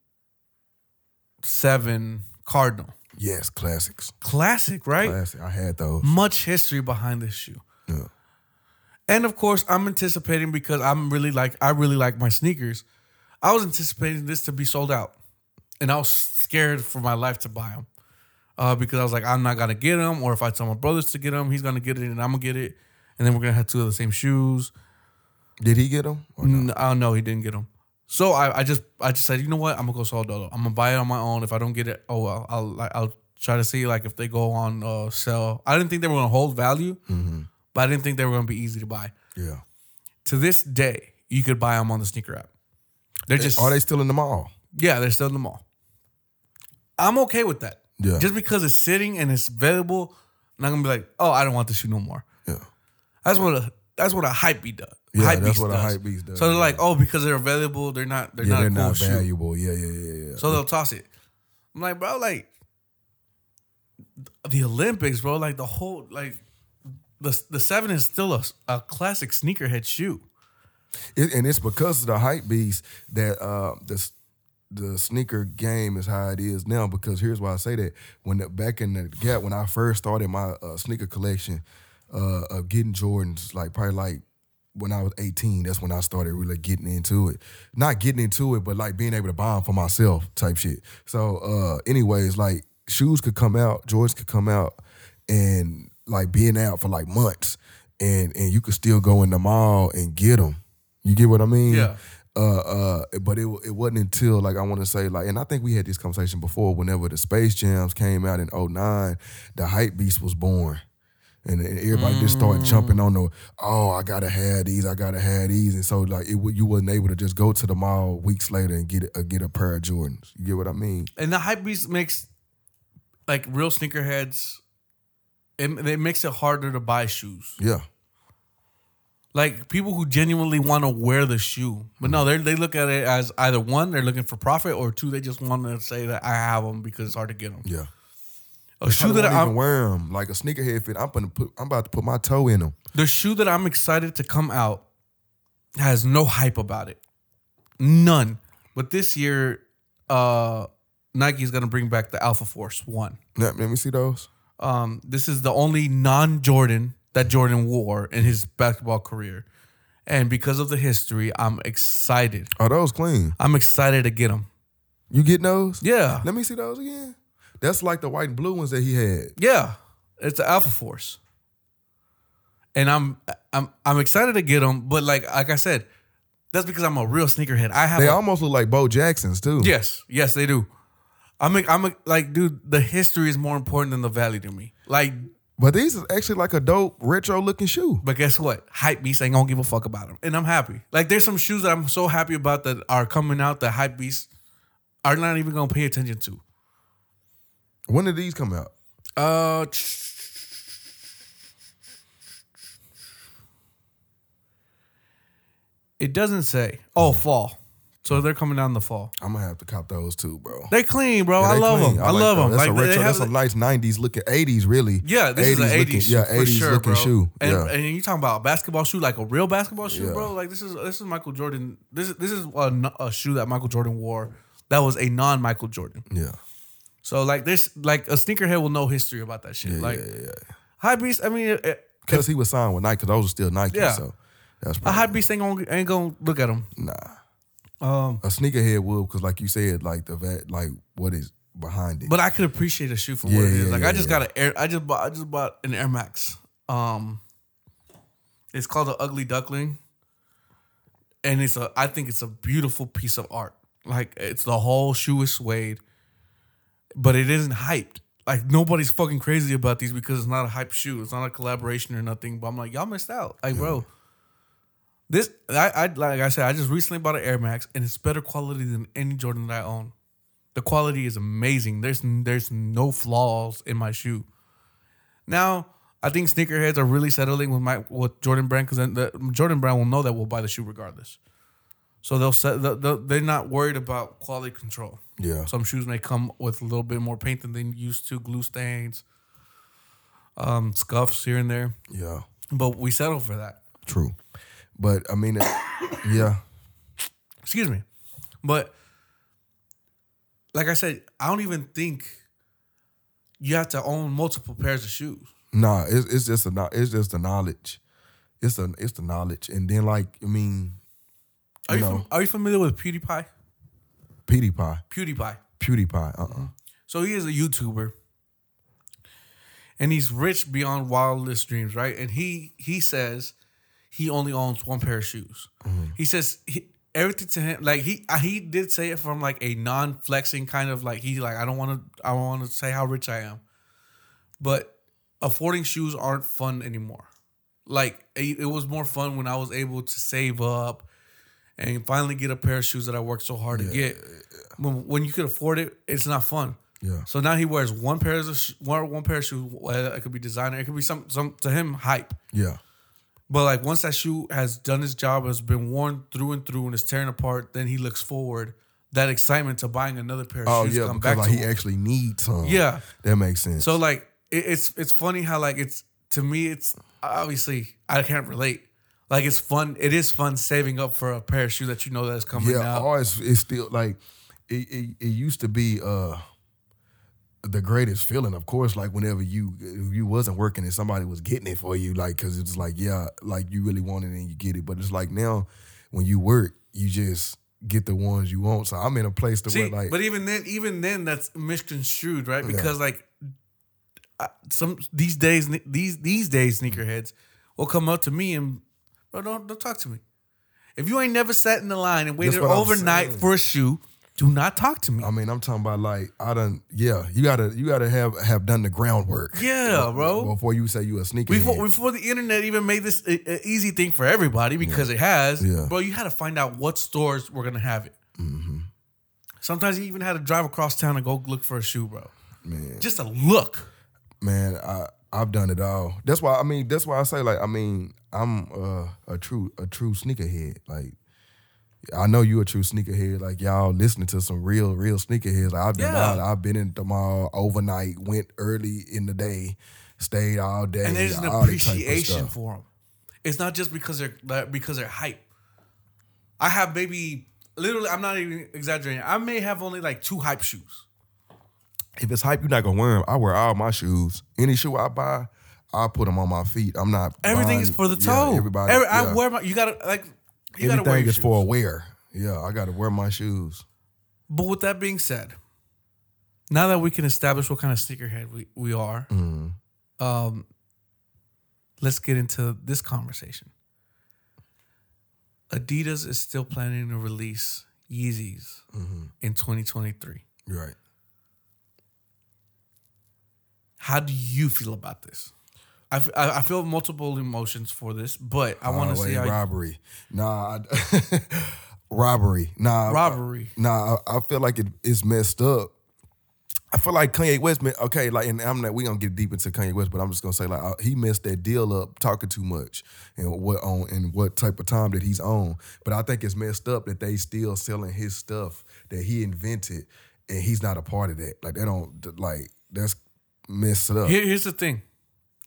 A: 7 Cardinal.
B: yes, classics,
A: Classic, right?
B: classic. I had those.
A: Much history behind this shoe.
B: Yeah,
A: And of course, I'm anticipating because I'm really like I really like my sneakers. I was anticipating this to be sold out, and I was scared for my life to buy them uh, because I was like, I'm not gonna get them, or if I tell my brothers to get them, he's gonna get it, and I'm gonna get it, and then we're gonna have two of the same shoes.
B: did he get them? Or no?
A: N- Oh no, he didn't get them. So I, I just I just said, you know what, I'm gonna go solo dolo. I'm gonna buy it on my own. If I don't get it, oh well, I'll like I'll try to see like if they go on uh, sale. I didn't think they were gonna hold value,
B: Mm-hmm.
A: but I didn't think they were gonna be easy to buy
B: Yeah,
A: to this day, you could buy them on the sneaker app. They're just
B: are they still in the mall?
A: yeah, they're still in the mall. I'm okay with that.
B: Yeah.
A: Just because it's sitting and it's available, I'm not gonna be like, oh, I don't want this shoe no more.
B: Yeah,
A: That's what a that's what a hype beat does.
B: Yeah,
A: hype
B: that's
A: beast
B: what a
A: does.
B: hype beast does,
A: So they're
B: yeah.
A: like, oh, because they're available, they're not they're
B: yeah,
A: not a
B: they're
A: cool
B: not
A: shoe.
B: valuable. Yeah, yeah, yeah, yeah.
A: So they'll toss it. I'm like, bro, like the Olympics, bro, like the whole like the the seven is still a, a classic sneakerhead shoe.
B: It- and it's because of the hype beast that uh, the s- the sneaker game is how it is now because here's why I say that. When the, back in the gap, when I first started my uh, sneaker collection uh, of getting Jordans, like probably like when I was 18, that's when I started really getting into it. Not getting into it, but like being able to buy them for myself type shit. So, uh, anyways, like shoes could come out, Jordans could come out, and like being out for like months, and and you could still go in the mall and get them. You get what I mean?
A: Yeah.
B: Uh, uh, but it wa- it wasn't until like I want to say like, and I think we had this conversation before. Whenever the Space Jams came out in 09, the hype beast was born. And, and everybody just started jumping
A: Mm.
B: on the, oh, I gotta have these, I gotta have these, and so like it, wa- you wasn't able to just go to the mall weeks later and get a, get a pair of Jordans. You get what I mean?
A: And the hype beast makes like real sneakerheads. It, it makes it harder to buy shoes.
B: Yeah,
A: Like people who genuinely want to wear the shoe, but no, they they look at it as either one, they're looking for profit, or two, they just want to say that I have them because it's hard to get them.
B: yeah.
A: A shoe that
B: I don't
A: I'm
B: even wear them like a sneakerhead fit. I'm gonna put, I'm about to put my toe in them.
A: The shoe that I'm excited to come out has no hype about it. None. But this year, uh Nike's gonna bring back the Alpha Force One.
B: Let, let me see those.
A: Um, this is the only non-Jordan that Jordan wore in his basketball career. And because of the history, I'm excited.
B: Are Oh, those clean?
A: I'm excited to get them.
B: You getting those?
A: Yeah.
B: Let me see those again. That's like the white and blue ones that he had.
A: Yeah, it's the Alpha Force, and I'm I'm I'm excited to get them. But like like I said, that's because I'm a real sneakerhead. I have
B: They
A: a-
B: almost look like Bo Jackson's too.
A: yes yes they do. I'm a, I'm a, like dude, the history is more important than the value to me. Like,
B: But these is actually like a dope retro looking shoe.
A: but guess what? Hype Beast ain't gonna give a fuck about them, and I'm happy. Like, there's some shoes that I'm so happy about that are coming out that Hype Beast are not even gonna pay attention to.
B: When did these come out?
A: Uh, it doesn't say. Oh, fall. So they're coming down in the fall.
B: I'm gonna have to cop those too, bro.
A: They clean, bro.
B: Yeah,
A: I
B: they
A: love
B: clean.
A: them. I, love
B: those.
A: them.
B: That's
A: Like
B: a
A: they-
B: retro.
A: they have,
B: that's a nice '90s looking '80s, really.
A: yeah, this is an
B: 80s
A: '80s,
B: looking- yeah,
A: for
B: 80s
A: sure,
B: looking
A: bro.
B: shoe.
A: And,
B: yeah,
A: and you talking about a basketball shoe, like a real basketball shoe,
B: Yeah.
A: bro? Like this is this is Michael Jordan. This is this is a, n- a shoe that Michael Jordan wore. That was a non Michael Jordan.
B: yeah,
A: So like this, like a sneakerhead will know history about that shit. like
B: yeah, yeah.
A: high beast. I mean, eh, it- it-
B: Because he was signed with Nike. 'cause those were still Nike.
A: Yeah. Uh-huh.
B: So that's
A: a
B: probably,
A: high beast ain't gonna ain't gonna look at them.
B: nah.
A: Um,
B: A sneakerhead would, because like you said, like the vet, like what is behind it.
A: but I could appreciate a shoe for what
B: Yeah,
A: it is.
B: yeah,
A: Like
B: yeah,
A: I just got an air. I just bought. I just bought an Air Max. Um, it's called the Ugly Duckling, and it's a. I think it's a beautiful piece of art. Like it's the whole shoe is suede, but it isn't hyped. Like nobody's fucking crazy about these because it's not a hype shoe. It's not a collaboration or nothing. But I'm like, y'all missed out. Like, bro. This I, I like I said, I just recently bought an Air Max and it's better quality than any Jordan that I own. The quality is amazing. There's there's no flaws in my shoe. Now I think sneakerheads are really settling with my with Jordan Brand because then the Jordan Brand will know that we'll buy the shoe regardless. So they'll set they'll- they'll- they're not worried about quality control.
B: yeah,
A: Some shoes may come with a little bit more paint than they used to, glue stains, um, scuffs here and there,
B: yeah,
A: but we settle for that.
B: true. But I mean, it- yeah,
A: excuse me but like i said i don't even think you have to own multiple pairs of shoes
B: Nah, it's it's just a kno- it's just the knowledge. It's a it's the knowledge, and then like I mean,
A: are you,
B: No.
A: fam- are you familiar with pewdiepie
B: PewDiePie,
A: pewdiepie
B: PewDiePie, uh, uh
A: so he is a youtuber and he's rich beyond wildest dreams right and he he says he only owns one pair of shoes he says he, everything to him like he uh, he did say it from like a non-flexing kind of like he like i don't want to i don't want to say how rich i am but affording shoes aren't fun anymore. Like it, it was more fun when I was able to save up and finally get a pair of shoes that I worked so hard to get. When, when you could afford it, it's not fun.
B: Yeah.
A: So now he wears one pair of sh- one, one pair of shoes. Well, it could be designer. It could be some some to him hype.
B: yeah,
A: But like once that shoe has done its job, has been worn through and through, and is tearing apart, then he looks forward. That excitement to buying another pair of
B: oh
A: shoes
B: yeah,
A: come
B: because
A: back
B: like
A: to
B: he
A: him.
B: actually needs some.
A: yeah.
B: that makes sense.
A: So like it, it's it's funny how like it's to me it's obviously I can't relate. Like it's fun. It is fun saving up for a pair of shoes that you know that's coming
B: yeah,
A: out.
B: or it's, it's still like it, it, it used to be uh the greatest feeling, of course, like whenever you if you wasn't working and somebody was getting it for you, like because it's like yeah, like you really want it and you get it. But it's like now when you work, you just get the ones you want. So I'm in a place to
A: See,
B: where like
A: but even then, even then, that's misconstrued, right? Because like I, some these days, these these days, sneakerheads will come up to me and bro, don't don't talk to me. If you ain't never sat in the line and waited
B: what I'm
A: overnight
B: saying.
A: for a shoe, do not talk to me.
B: I mean I'm talking about like I done yeah you gotta you gotta have have done the groundwork
A: yeah, bro.
B: before you say you a sneaker.
A: before, before the internet even made this an easy thing for everybody because it has,
B: Yeah. Mm-hmm.
A: bro, you had to find out what stores were gonna have it. Sometimes you even had to drive across town and go look for a shoe, bro.
B: man.
A: Just a look.
B: man, I I've done it all. That's why I mean, that's why I say like I mean, I'm uh, a true a true sneakerhead. Like I know you a true sneakerhead. Like y'all listening to some real real sneakerheads. Like I've done
A: Yeah.
B: all. I've been in the mall overnight, went early in the day, stayed all day.
A: and there's an
B: all that type of
A: appreciation
B: stuff.
A: for them. It's not just because they're like, because they're hype. I have maybe literally, I'm not even exaggerating. I may have only like two hype shoes.
B: If it's hype, you're not gonna wear them. I wear all my shoes. Any shoe I buy, I put them on my feet. I'm not.
A: Everything
B: buying-
A: is for the
B: Yeah,
A: toe.
B: everybody.
A: Every-
B: yeah.
A: I wear my. You gotta like. You gotta wear
B: Everything
A: your
B: is
A: shoes.
B: for wear. Yeah, I gotta wear my shoes.
A: But with that being said, now that we can establish what kind of sneakerhead we, we are, um, let's get into this conversation. Adidas is still planning to release Yeezys in 2023.
B: Right.
A: How do you feel about this? I, f- I- I feel multiple emotions for this, but I want to
B: Highway
A: see how
B: Uh, robbery. Nah, I, *laughs* robbery. Nah,
A: robbery.
B: Nah, I, I feel like it, it's messed up. I feel like Kanye West. ma- Okay, like, and I'm not. We gonna get deep into Kanye West, but I'm just gonna say like I, he messed that deal up, talking too much, and what on and what type of time that he's on. But I think it's messed up that they still selling his stuff that he invented, and he's not a part of that. Like they don't like that's messed up.
A: Here, here's the thing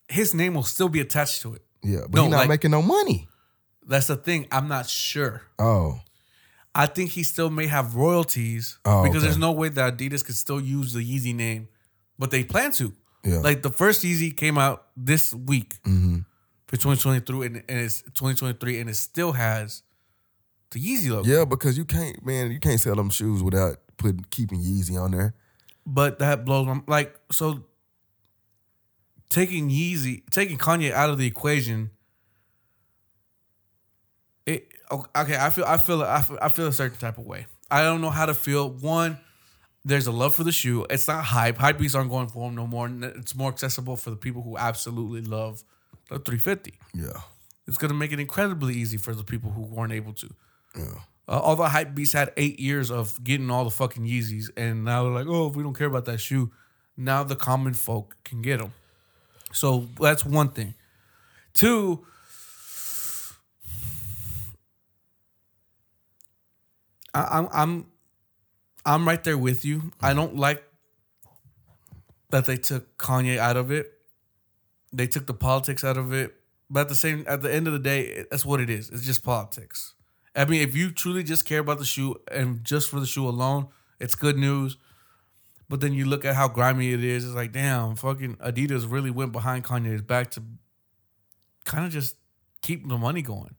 A: his name will still be attached to it.
B: yeah, but
A: No,
B: he's not
A: like-
B: making no money.
A: That's the thing. I'm not sure.
B: Oh,
A: I think he still may have royalties
B: Oh,
A: because
B: okay.
A: there's no way that Adidas could still use the Yeezy name, but they plan to.
B: yeah, Mm-hmm.
A: Like the first Yeezy came out this week for 2023, and, and it's 2023, and it still has the Yeezy logo.
B: Yeah, because you can't, man, you can't sell them shoes without putting keeping Yeezy on there.
A: But that blows my like so. Taking Yeezy, taking Kanye out of the equation. It okay. I feel. I feel. I feel, I feel a certain type of way. I don't know how to feel. One, there's a love for the shoe. It's not hype. Hype beats aren't going for them no more. and It's more accessible for the people who absolutely love the 350.
B: Yeah,
A: It's gonna make it incredibly easy for the people who weren't able to.
B: yeah,
A: Uh, all the hype beasts had eight years of getting all the fucking Yeezys, and now they're like, oh, if we don't care about that shoe, now the common folk can get them. So that's one thing. Two, I, I'm I'm I'm right there with you. I don't like that they took Kanye out of it. They took the politics out of it. But at the same at the end of the day, that's what it is. It's just politics. I mean, if you truly just care about the shoe and just for the shoe alone, it's good news. But then you look at how grimy it is. It's like, damn, fucking Adidas really went behind Kanye's back to kind of just keep the money going.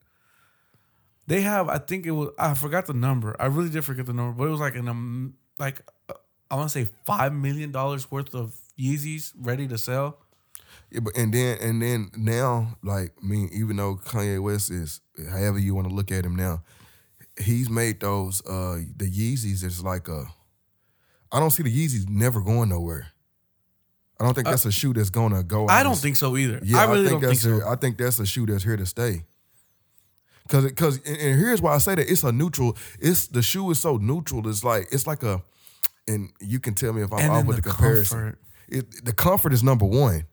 A: They have, I think it was, I forgot the number. I really did forget the number, but it was like an, um, like, uh, I want to say $5 million worth of Yeezys ready to sell.
B: yeah. But and then and then now, like, I mean, even though Kanye West is however you want to look at him now, he's made those uh the Yeezys is like a. I don't see the Yeezys never going nowhere. I don't think that's a shoe that's gonna go. out
A: I
B: of
A: don't
B: s-
A: think so either.
B: Yeah,
A: I really don't think
B: that's
A: so.
B: a- uh, I think that's a shoe that's here to stay. Cause, it- cause, and, and here's why I say that it's a neutral. It's the shoe is so neutral. It's like it's like a, and you can tell me if I'm
A: And
B: off
A: then
B: uh, with
A: the
B: the, comparison.
A: comfort.
B: It, the comfort is number one,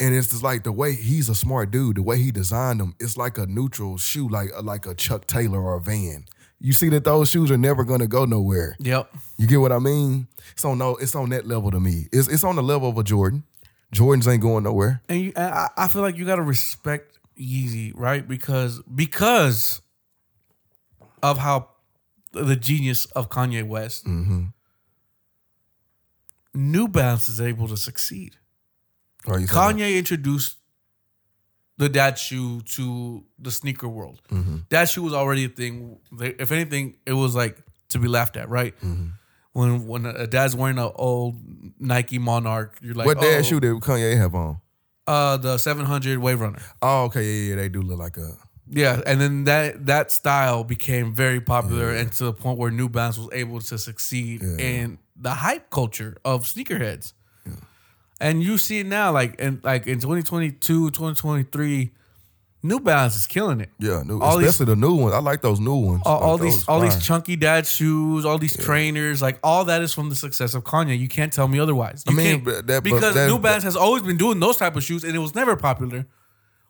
B: and it's just like the way he's a smart dude. The way he designed them, it's like a neutral shoe, like like a Chuck Taylor or a Van. You see that those shoes are never gonna go nowhere.
A: Yep.
B: You get what I mean? So no, it's on that level to me. It's it's on the level of a Jordan. Jordans ain't going nowhere.
A: and you, and I, I feel like you gotta respect Yeezy, right? Because because of how the genius of Kanye West,
B: Mm-hmm.
A: New Balance is able to succeed.
B: Are you talking
A: Kanye introduced the dad shoe to the sneaker world.
B: about- Mhm.
A: That shoe was already a thing. They- If anything, it was like to be laughed at, right?
B: Mhm.
A: When when a dad's wearing an old Nike Monarch, you're like,
B: what dad
A: oh,
B: shoe did Kanye have on?
A: Uh, the 700 Wave Runner.
B: Oh, okay, yeah, yeah, they do look like a.
A: Yeah, and then that that style became very popular, and to the point where New Balance was able to succeed
B: Yeah.
A: in the hype culture of sneakerheads. And you see it now, like in like in 2022, 2023, New Balance is killing it.
B: Yeah, new,
A: All these-
B: especially the new ones. I like those new ones.
A: All,
B: Like,
A: all
B: those
A: these all
B: fire.
A: these chunky dad shoes, all these trainers, like all that is from the success of Kanye. You can't tell me otherwise. You
B: mean,
A: can't-
B: but that- but
A: because
B: that-
A: New Balance has always been doing those type of shoes, and it was never popular.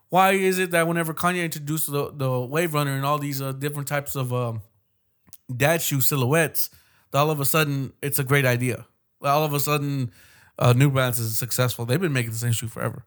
A: Why is it that whenever Kanye introduced the the Wave Runner and all these uh, different types of um, dad shoe silhouettes, that all of a sudden it's a great idea? All of a sudden, uh, New Balance is successful. They've been making the same shoe forever.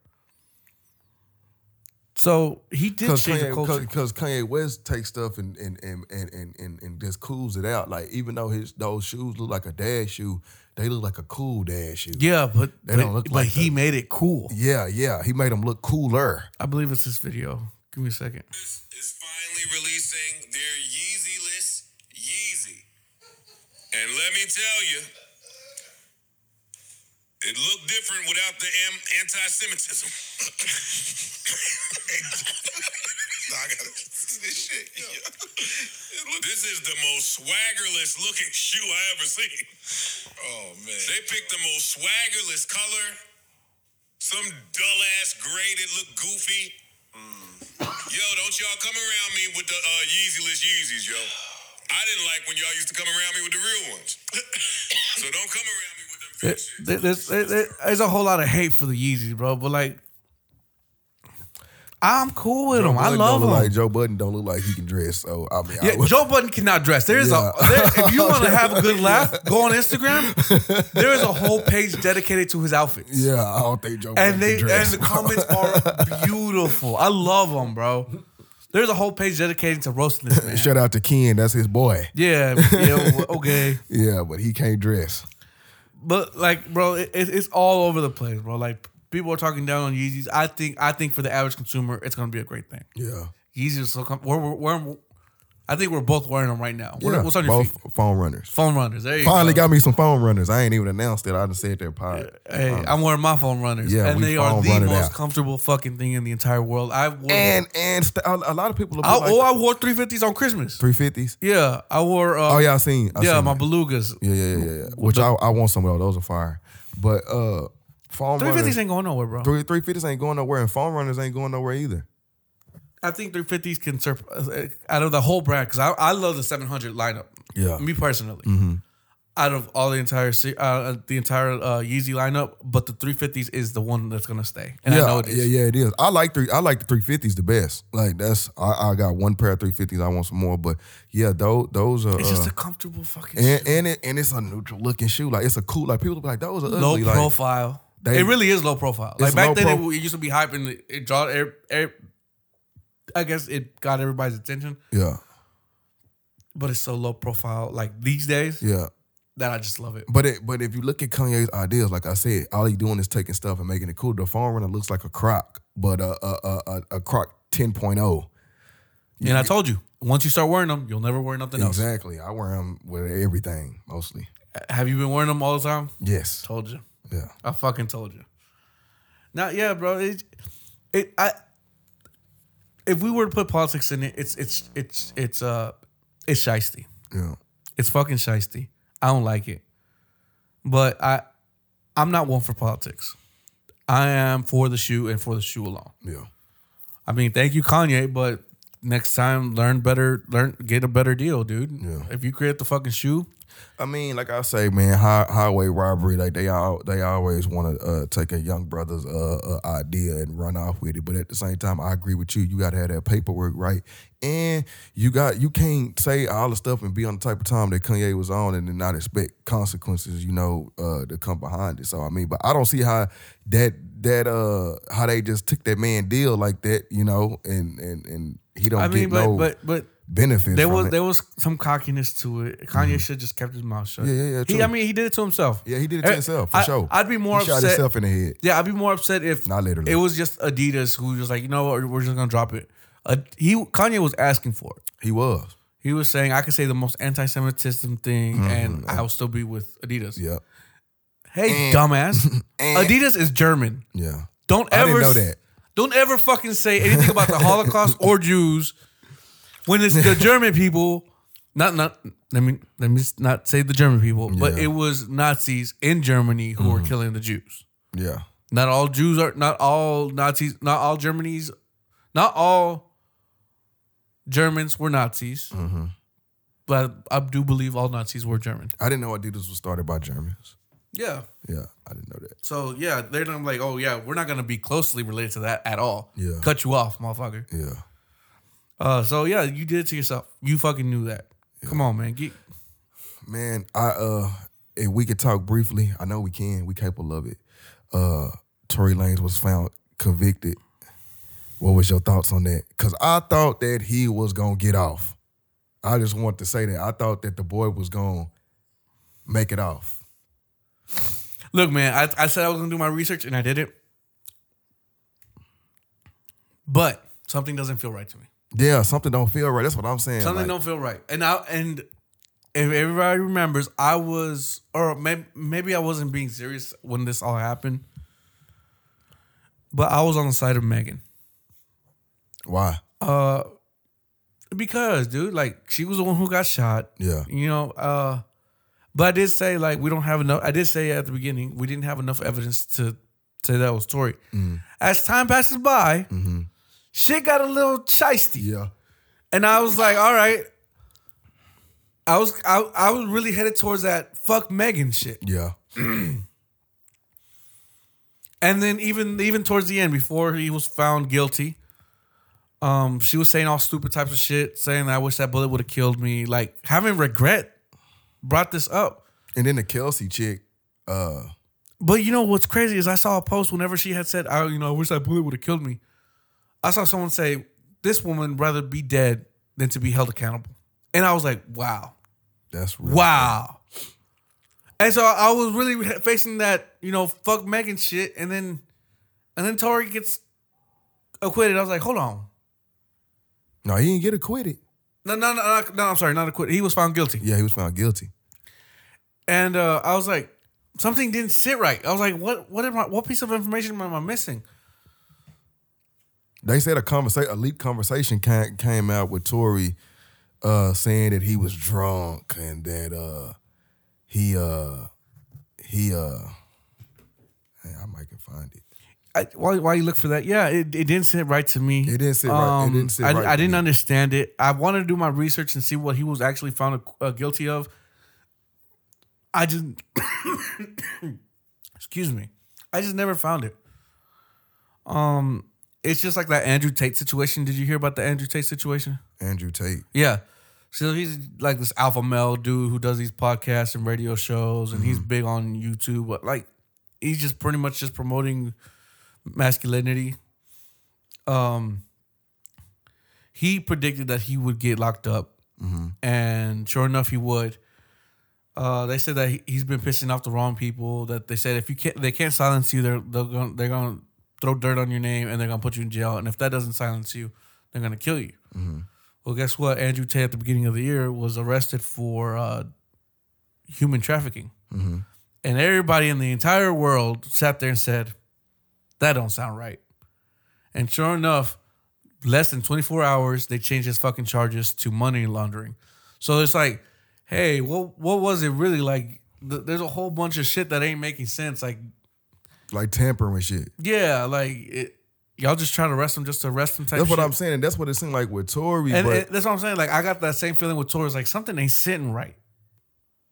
A: So he did
B: Cause
A: change the
B: Kanye,
A: culture.
B: cause, 'cause Kanye West takes stuff and and, and, and, and and and just cools it out. Like even though his those shoes look like a dad shoe, they look like a cool dad shoe.
A: Yeah, but
B: They
A: but,
B: don't look
A: but
B: like
A: he made it cool.
B: yeah, yeah. He made them look cooler.
A: I believe it's this video. Give me a second.
C: is finally releasing their Yeezy list, Yeezy. And let me tell you, it looked different without the M anti-Semitism. Nah, I gotta- this shit, yo. It look- This is the most swaggerless looking shoe I ever seen. Oh man. They picked the most swaggerless color. Some dull ass gray that looked goofy. Yo, don't y'all come around me with the uh, Yeezyless Yeezys, yo. I didn't like when y'all used to come around me with the real *coughs* ones. so don't come around me with them fake
A: There's,
C: shit.
A: there's, there's- there's a whole lot of hate for the Yeezys, bro. But like, I'm cool with them. I
B: Budden
A: love
B: don't
A: them.
B: look Like Joe Budden don't look like he can dress. So I mean, I
A: yeah,
B: would,
A: Joe Budden cannot dress. There is a
B: Yeah.
A: there, if you
B: *laughs*
A: want to have a good laugh, go on Instagram. There is a whole page dedicated to his outfits.
B: yeah, I don't think Joe. Budden
A: and they
B: can dress.
A: and the comments
B: *laughs*
A: are beautiful. I love them, bro. There's a whole page dedicated to roasting
B: *laughs*
A: this man.
B: Shout out to Ken, that's his boy.
A: Yeah, yeah, okay.
B: Yeah, but he can't dress.
A: But like, bro, it, it- it's all over the place, bro. Like people are talking down on Yeezys. I think I think for the average consumer, it's gonna be a great thing.
B: Yeah,
A: Yeezys are so com- we're, we're, we're I think we're both wearing them right now. What-
B: yeah.
A: What's on your
B: both
A: feet?
B: phone runners.
A: Phone runners. There you
B: Finally
A: go.
B: got me some phone runners. I ain't even announced it. I just said their pod.
A: Hey, I'm wearing my phone runners,
B: Yeah,
A: and
B: we
A: they are
B: phone
A: the
B: running
A: most
B: out.
A: comfortable fucking thing in the entire world. I wore,
B: And and st- a a lot of people.
A: I,
B: Are like
A: oh, I wore 350s on Christmas.
B: three fifties.
A: Yeah, I wore. Uh,
B: Oh yeah, I seen. I
A: yeah,
B: seen
A: my
B: it.
A: belugas.
B: yeah, yeah, yeah, yeah. Which I, I want some of those. Those are fire. But uh, phone
A: 350s
B: runners,
A: ain't going nowhere, bro.
B: three three fifties ain't going nowhere, and phone runners ain't going nowhere either.
A: I think 350s can surpass out of the whole brand because I, I love the 700 lineup.
B: Yeah.
A: me personally.
B: Mm-hmm.
A: Out of all the entire se- uh, the entire uh, Yeezy lineup, but the 350s is the one that's gonna stay. And
B: yeah,
A: I know it is.
B: yeah, yeah, it is. I like three. I like the three fifties the best. Like that's I, I got one pair of three fifties. I want some more, but yeah, those those are.
A: It's just
B: uh,
A: a comfortable fucking
B: and and, it, and it's a neutral looking shoe. Like it's a cool. Like people be like those are
A: low
B: ugly. like
A: profile.
B: they-
A: it really is low profile. Like
B: It's
A: back
B: low
A: then, it
B: prof-
A: w- it, used to be hype and it, it draw. It, it- I guess it got everybody's attention,
B: yeah,
A: but it's so low profile. Like these days,
B: yeah.
A: that I just love it.
B: But it, but if you look at Kanye's ideas, like I said, all he doing is taking stuff and making it cool. The phone runner looks like a croc, but a a a, a, a croc oh. 10.0.
A: And I told you, once you start wearing them, you'll never wear nothing else.
B: Exactly. I wear them with everything mostly.
A: Have you been wearing them all the time?
B: Yes.
A: Told you.
B: Yeah.
A: I fucking told you. Now, yeah, bro. It, it, I. If we were to put politics in it, it's it's it's it's uh, it's shisty.
B: Yeah.
A: It's fucking shisty. I don't like it, but I, I'm not one for politics. I am for the shoe and for the shoe alone.
B: Yeah.
A: I mean, thank you, Kanye, but next time learn better, learn get a better deal, dude.
B: Yeah.
A: If you create the fucking shoe,
B: I mean, like I say, man, high, highway robbery. Like they all they always want to uh, take a young brother's uh, uh, idea and run off with it. But at the same time, I agree with you. You got to have that paperwork right, and you got you can't say all the stuff and be on the type of time that Kanye was on and then not expect consequences. You know, uh, to come behind it. So I mean, but I don't see how that that uh how they just took that man deal like that. You know, and and and he don't
A: I mean,
B: get
A: but
B: no
A: but but
B: benefit
A: There
B: from
A: was
B: it. Mm-hmm.
A: there was some cockiness to it. Kanye should just kept his mouth shut.
B: Yeah, yeah, yeah,
A: He,
B: true.
A: I mean, he did it to himself.
B: yeah, he did it to
A: Eh,
B: himself for
A: I-
B: sure.
A: I'd be more
B: he shot
A: upset.
B: himself in the head.
A: Yeah, I'd be more upset if
B: Not literally.
A: It was just Adidas who was like, you know what, we're just gonna drop it. Uh, he Kanye was asking for it.
B: He was.
A: He was saying I could say the most anti-Semitism thing, and I'll still be with Adidas.
B: Mm-hmm. Yeah.
A: Hey, dumbass!
B: *laughs* And-
A: Adidas is German.
B: Yeah.
A: Don't
B: I
A: ever
B: didn't know
A: s-
B: that.
A: Don't ever fucking say anything about the Holocaust or Jews when it's
B: *laughs*
A: the German people. Not not let me let me s- not say the German people, but
B: Yeah. Mm-hmm.
A: it was Nazis in Germany who were killing the Jews.
B: Yeah.
A: Not all Jews are not all Nazis. Not all Germany's. Not all Germans were Nazis.
B: Mm-hmm.
A: But I do believe all Nazis were German.
B: I didn't know Adidas was started by Germans.
A: Yeah.
B: Yeah, I didn't know that.
A: So yeah, they're not like, oh yeah, we're not gonna be closely related to that at all.
B: Yeah.
A: Cut you off, motherfucker.
B: Yeah.
A: Uh, so yeah, you did it to yourself. You fucking knew that. Come on, man. Get,
B: Man, I uh if we could talk briefly, I know we can, we capable of it. Uh Tory Lanez was found convicted. What was your thoughts on that? Cause I thought that he was gonna get off. I just want to say that. I thought that the boy was gonna make it off.
A: look, man. I, I said I was gonna do my research, and I did it. But something doesn't feel right to me.
B: Yeah, something don't feel right. That's what I'm saying.
A: Something
B: like,
A: don't feel right. And I and if everybody remembers, I was or maybe maybe I wasn't being serious when this all happened. But I was on the side of Megan.
B: why?
A: Uh because dude, like she was the one who got shot.
B: Yeah.
A: You know, uh but I did say like we don't have enough I did say at the beginning we didn't have enough evidence to say that was Tory. As time passes by, shit got a little shisty.
B: Yeah.
A: And I was like, all right. I was I, I was really headed towards that fuck Megan shit.
B: Yeah.
A: And then even even towards the end, before he was found guilty, um, she was saying all stupid types of shit, saying I wish that bullet would have killed me. Like having regret brought this up.
B: And then the Kelsey chick, uh,
A: But you know what's crazy is I saw a post whenever she had said, I you know, I wish that bullet would have killed me. I saw someone say, This woman rather be dead than to be held accountable. And I was like, wow.
B: that's real.
A: Wow. And so I was really facing that, you know, fuck Megan shit, and then, and then Tori gets acquitted. I was like, hold on,
B: No, he didn't get acquitted.
A: no, no, no, no, no I'm sorry, not acquitted. He was found guilty,
B: Yeah, he was found guilty.
A: and uh, I was like, something didn't sit right. I was like, what, what am I, what piece of information am I missing?
B: They said a conversation, a leaked conversation came, came out with Tory, uh, saying that he was drunk and that uh, he uh, he uh, hey, I might can find it.
A: I, why, why you look for that? Yeah, it, it didn't sit right to me. Um,
B: It didn't sit right- it didn't sit
A: I,
B: right
A: I
B: to
A: didn't
B: me.
A: understand it. I wanted to do my research and see what he was actually found uh, guilty of. I just, *coughs* excuse me, I just never found it. Um, it's just like that Andrew Tate situation. Did you hear about the Andrew Tate situation?
B: Andrew Tate.
A: Yeah. So he's like this alpha male dude who does these podcasts and radio shows, and he's big on YouTube. But like, he's just pretty much just promoting masculinity. Um, he predicted that he would get locked up, and sure enough, he would. Uh, they said that he, he's been pissing off the wrong people. That they said if you can't, they can't silence you. They're they're gonna they're gonna throw dirt on your name and they're gonna put you in jail. And if that doesn't silence you, they're gonna kill you. Well, guess what? Andrew Tate at the beginning of the year was arrested for uh, human trafficking,
B: Mm-hmm.
A: and everybody in the entire world sat there and said, "That don't sound right." And sure enough, less than 24 hours, they changed his fucking charges to money laundering. So it's like, hey, what what was it really like? Th- There's a whole bunch of shit that ain't making sense. Like,
B: Like tampering shit.
A: yeah, like it, y'all just trying to arrest him just to arrest him. Type
B: That's what
A: shit.
B: I'm saying. and That's what it seemed like with Tory.
A: And
B: but
A: it- that's what I'm saying. Like I got that same feeling with Torres. Like something ain't sitting right.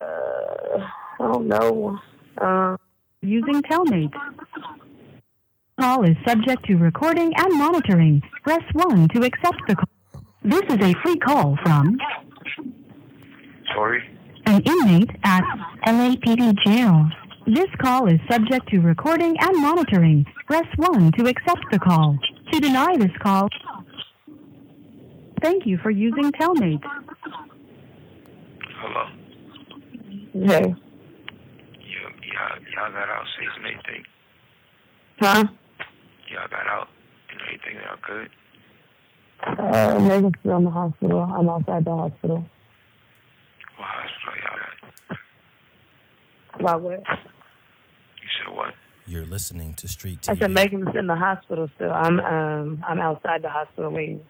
D: I don't know. Uh,
E: Using Telmate. Call is subject to recording and monitoring. Press 1 to accept the call. This is a free call from
F: Sorry.
E: an inmate at LAPD jail. This call is subject to recording and monitoring. Press 1 to accept the call. To deny this call, Thank you for using Telmate.
F: Hello.
D: Hey.
F: You, y'all, y'all got out safe and everything.
D: Huh?
F: Y'all got out and everything y'all good.
D: Uh, Megan's still in the hospital. I'm outside the hospital.
F: What hospital y'all at?
D: Why what?
F: You said what?
G: You're listening to Street
D: I
G: TV.
D: said Megan's in the hospital still. I'm um I'm outside the hospital waiting.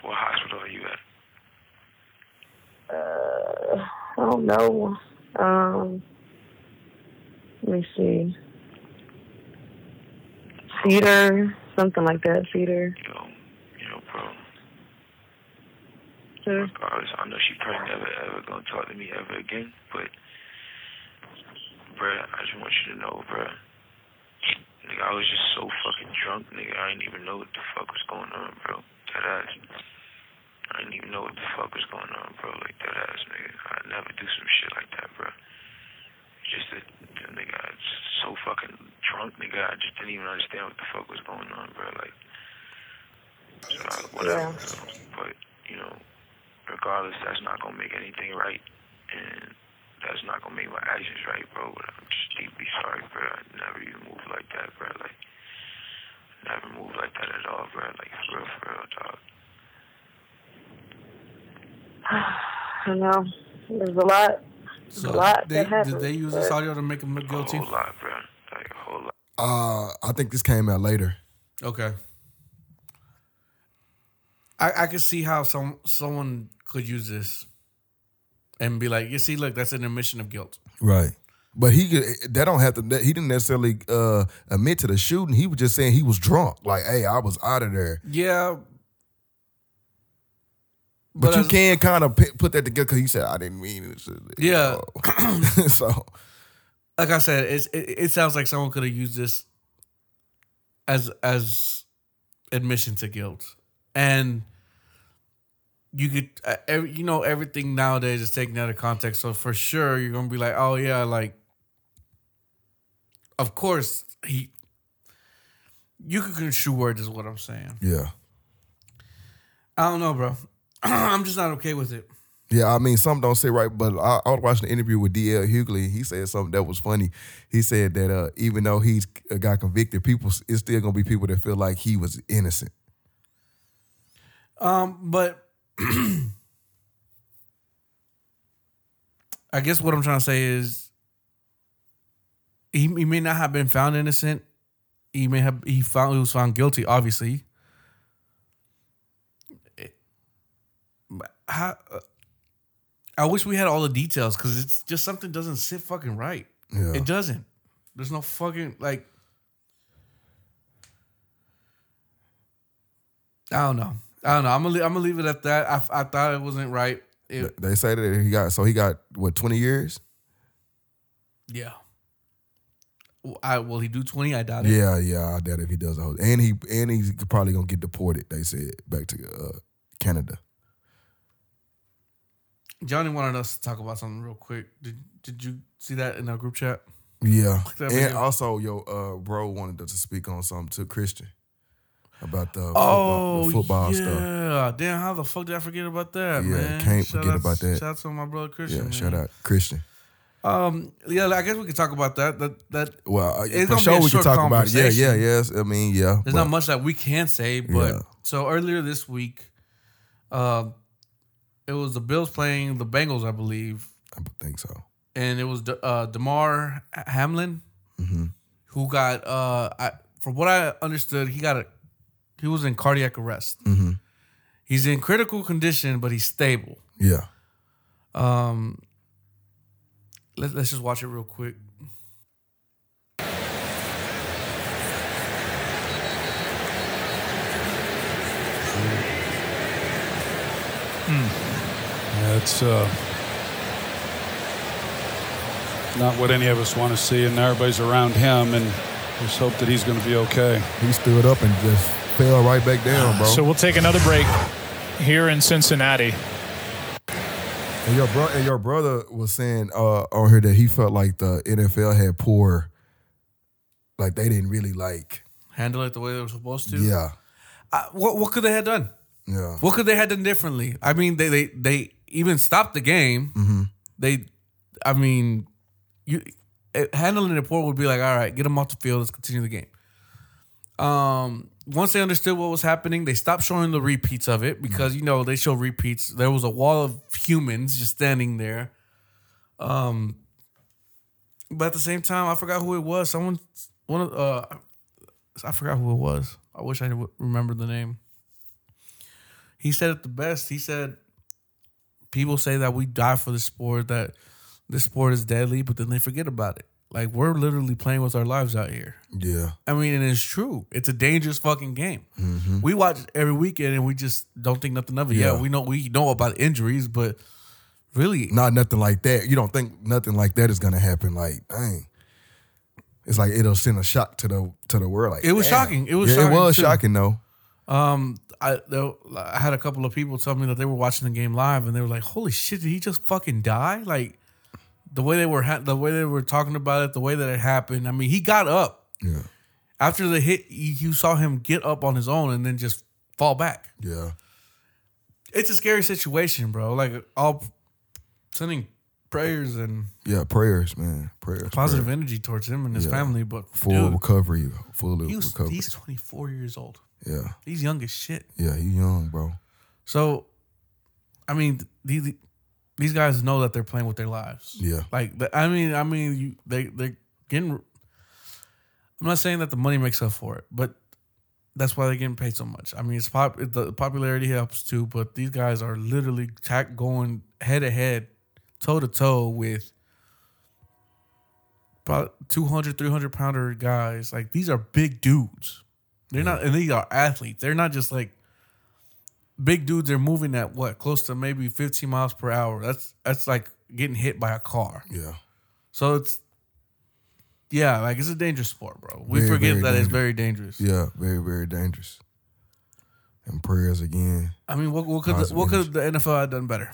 F: What hospital are you at?
D: Uh, I don't know. Um, let me see. Cedar, something like that. Cedar.
F: You know, you know, bro.
D: Cedar.
F: Regardless, I know she probably never ever gonna talk to me ever again, but bruh, I just want you to know, bruh. Nigga, I was just so fucking drunk, nigga. I didn't even know what the fuck was going on, bro. That ass. I didn't even know what the fuck was going on, bro. Like that ass, nigga. I never do some shit like that, bro. Just that, that nigga, I was just so fucking drunk, nigga. I just didn't even understand what the fuck was going on, bro. Like, so I, whatever,
D: Yeah.
F: bro. But you know, regardless, that's not gonna make anything right, and that's not gonna make my actions right, bro. But I'm just deeply sorry, bro. I never even moved like that, bro. Like, never moved like that at all, bro. Like, for real, for real, dog.
D: I know. There's a lot.
A: So
D: A lot
A: they,
D: that happened,
A: did they use this
D: but-
A: audio to make him look guilty?
F: A whole lot, bro. Like, a whole lot.
B: Uh, I think this came out later.
A: Okay. I I could see how some someone could use this and be like, you see, look, that's an admission of guilt.
B: Right. But he could- that don't have to. That, he didn't necessarily uh, admit to the shooting. He was just saying he was drunk. Like, hey, I was out of there.
A: Yeah.
B: But, you
A: as-
B: can kind of p- put that together because you said I didn't mean it. So, you
A: Yeah.
B: know. *laughs* so
A: like I said, it's it, it sounds like someone could have used this as as admission to guilt, and you could uh, every, you know everything nowadays is taken out of context. So for sure, you're gonna be like, oh yeah, like of course he. You could construe words is what I'm saying.
B: yeah,
A: I don't know, bro. *clears throat* I'm just not okay with it.
B: yeah. I mean, some don't sit right. But I, I was watching an interview with D.L. Hughley. He said something that was funny. He said that uh, even though he's got convicted, people it's still gonna be people that feel like he was innocent.
A: Um, but *clears throat* I guess what I'm trying to say is he, he may not have been found innocent. He may have he found he was found guilty, obviously. It- but how, uh, I wish we had all the details because it's just something doesn't sit fucking right.
B: Yeah.
A: It doesn't. There's no fucking like. I don't know. I don't know. I'm gonna leave, I'm gonna leave it at that. I, f- I thought it wasn't right. It,
B: They say that he got so he got what twenty years.
A: yeah. Well, I will he do twenty? I doubt it.
B: Yeah, yeah, I doubt if he does the whole. And he and he's probably gonna get deported. They said back to uh, Canada.
A: Johnny wanted us to talk about something real quick. Did Did you see that in our group chat?
B: Yeah,
A: Look at
B: and
A: that video.
B: also yo, uh, bro wanted us to speak on something to Christian about the football,
A: Oh,
B: the football
A: yeah.
B: stuff.
A: Damn, how the fuck did I forget about that?
B: Yeah,
A: man?
B: can't
A: Shout
B: forget
A: outs-
B: about that.
A: Shout out to my brother Christian.
B: Yeah,
A: man.
B: shout out Christian.
A: Um, yeah, I guess we could talk about that. That that
B: Well, uh,
A: It's gonna
B: for
A: be
B: sure
A: a
B: we can
A: short
B: talk about it. Yeah, yeah,
A: conversation.
B: yes. I mean, yeah.
A: There's
B: but-
A: not much that we can say, but
B: Yeah.
A: so earlier this week, um, it was the Bills playing the Bengals, I believe,
B: I think so.
A: and it was De- uh, Demar Hamlin
B: Mm-hmm.
A: who got, uh, I, from what I understood, he got a, he was in cardiac arrest.
B: Mm-hmm.
A: He's in critical condition, but he's stable.
B: Yeah,
A: Um, let, let's just watch it real quick.
H: That's uh, not what any of us want to see, and everybody's around him, and just hope that he's going to be okay.
B: he stood up and just fell right back down,
A: Ah,
B: bro.
I: So we'll take another break here in Cincinnati.
B: And your bro and your brother was saying uh, on here that he felt like the NFL had poor, like they didn't really like.
A: Handle it the way they were supposed to.
B: Yeah,
A: I, what what could they have done?
B: Yeah.
A: What could they have done differently? I mean, they they they even stopped the game. They, I mean, you eh, handling it poor would be like, all right, get them off the field. Let's continue the game. Um, once they understood what was happening, they stopped showing the repeats of it because you know they show repeats. There was a wall of humans just standing there. Um, but at the same time, I forgot who it was. Someone, one of uh, I forgot who it was. I wish I would remember the name. He said it the best. He said, "People say that we die for the sport, that this sport is deadly, but then they forget about it. Like we're literally playing with our lives out here.
B: Yeah.
A: I mean, and it's true. It's a dangerous fucking game. We watch it every weekend and we just don't think nothing of it. Yeah,
B: Yeah.
A: we know we know about injuries, but really,
B: Not nothing like that. You don't think nothing like that is gonna happen. Like, dang. It's like it'll send a shock to the to the world. Like
A: It was
B: damn.
A: shocking. It was
B: Yeah,
A: shocking,
B: it was
A: too.
B: shocking though.
A: Um, I there, I had a couple of people tell me that they were watching the game live and they were like, "Holy shit, did he just fucking die?" Like the way they were ha- the way they were talking about it, the way that it happened. I mean, he got up.
B: Yeah.
A: After the hit, you you saw him get up on his own and then just fall back.
B: Yeah.
A: It's a scary situation, bro. Like all sending prayers and
B: Yeah. Prayers, man. Prayers.
A: positive
B: prayers.
A: energy towards him and his
B: Yeah.
A: family, but
B: Full
A: dude,
B: recovery. Full
A: he was,
B: recovery.
A: he's 24 years old.
B: yeah.
A: He's young as shit.
B: Yeah. He young, bro.
A: So, I mean, these these guys know that they're playing with their lives.
B: Yeah.
A: Like, the, I mean, I mean, you, they they're getting. I'm not saying that the money makes up for it, but that's why they're getting paid so much. I mean, it's pop it- the popularity helps too, but these guys are literally tack going head to head, toe to toe with. About 200, 300 pounder guys. Like, these are big dudes. They're not, and they are athletes. They're not just like big dudes are moving at what close to maybe 15 miles per hour. That's that's like getting hit by a car.
B: Yeah.
A: So it's yeah, like it's a dangerous sport, bro. We
B: Very,
A: forget
B: very
A: that it's
B: dangerous.
A: very dangerous.
B: Yeah. Very very dangerous. And prayers again.
A: I mean, what, what could the,
B: Positive
A: what could the NFL have done better?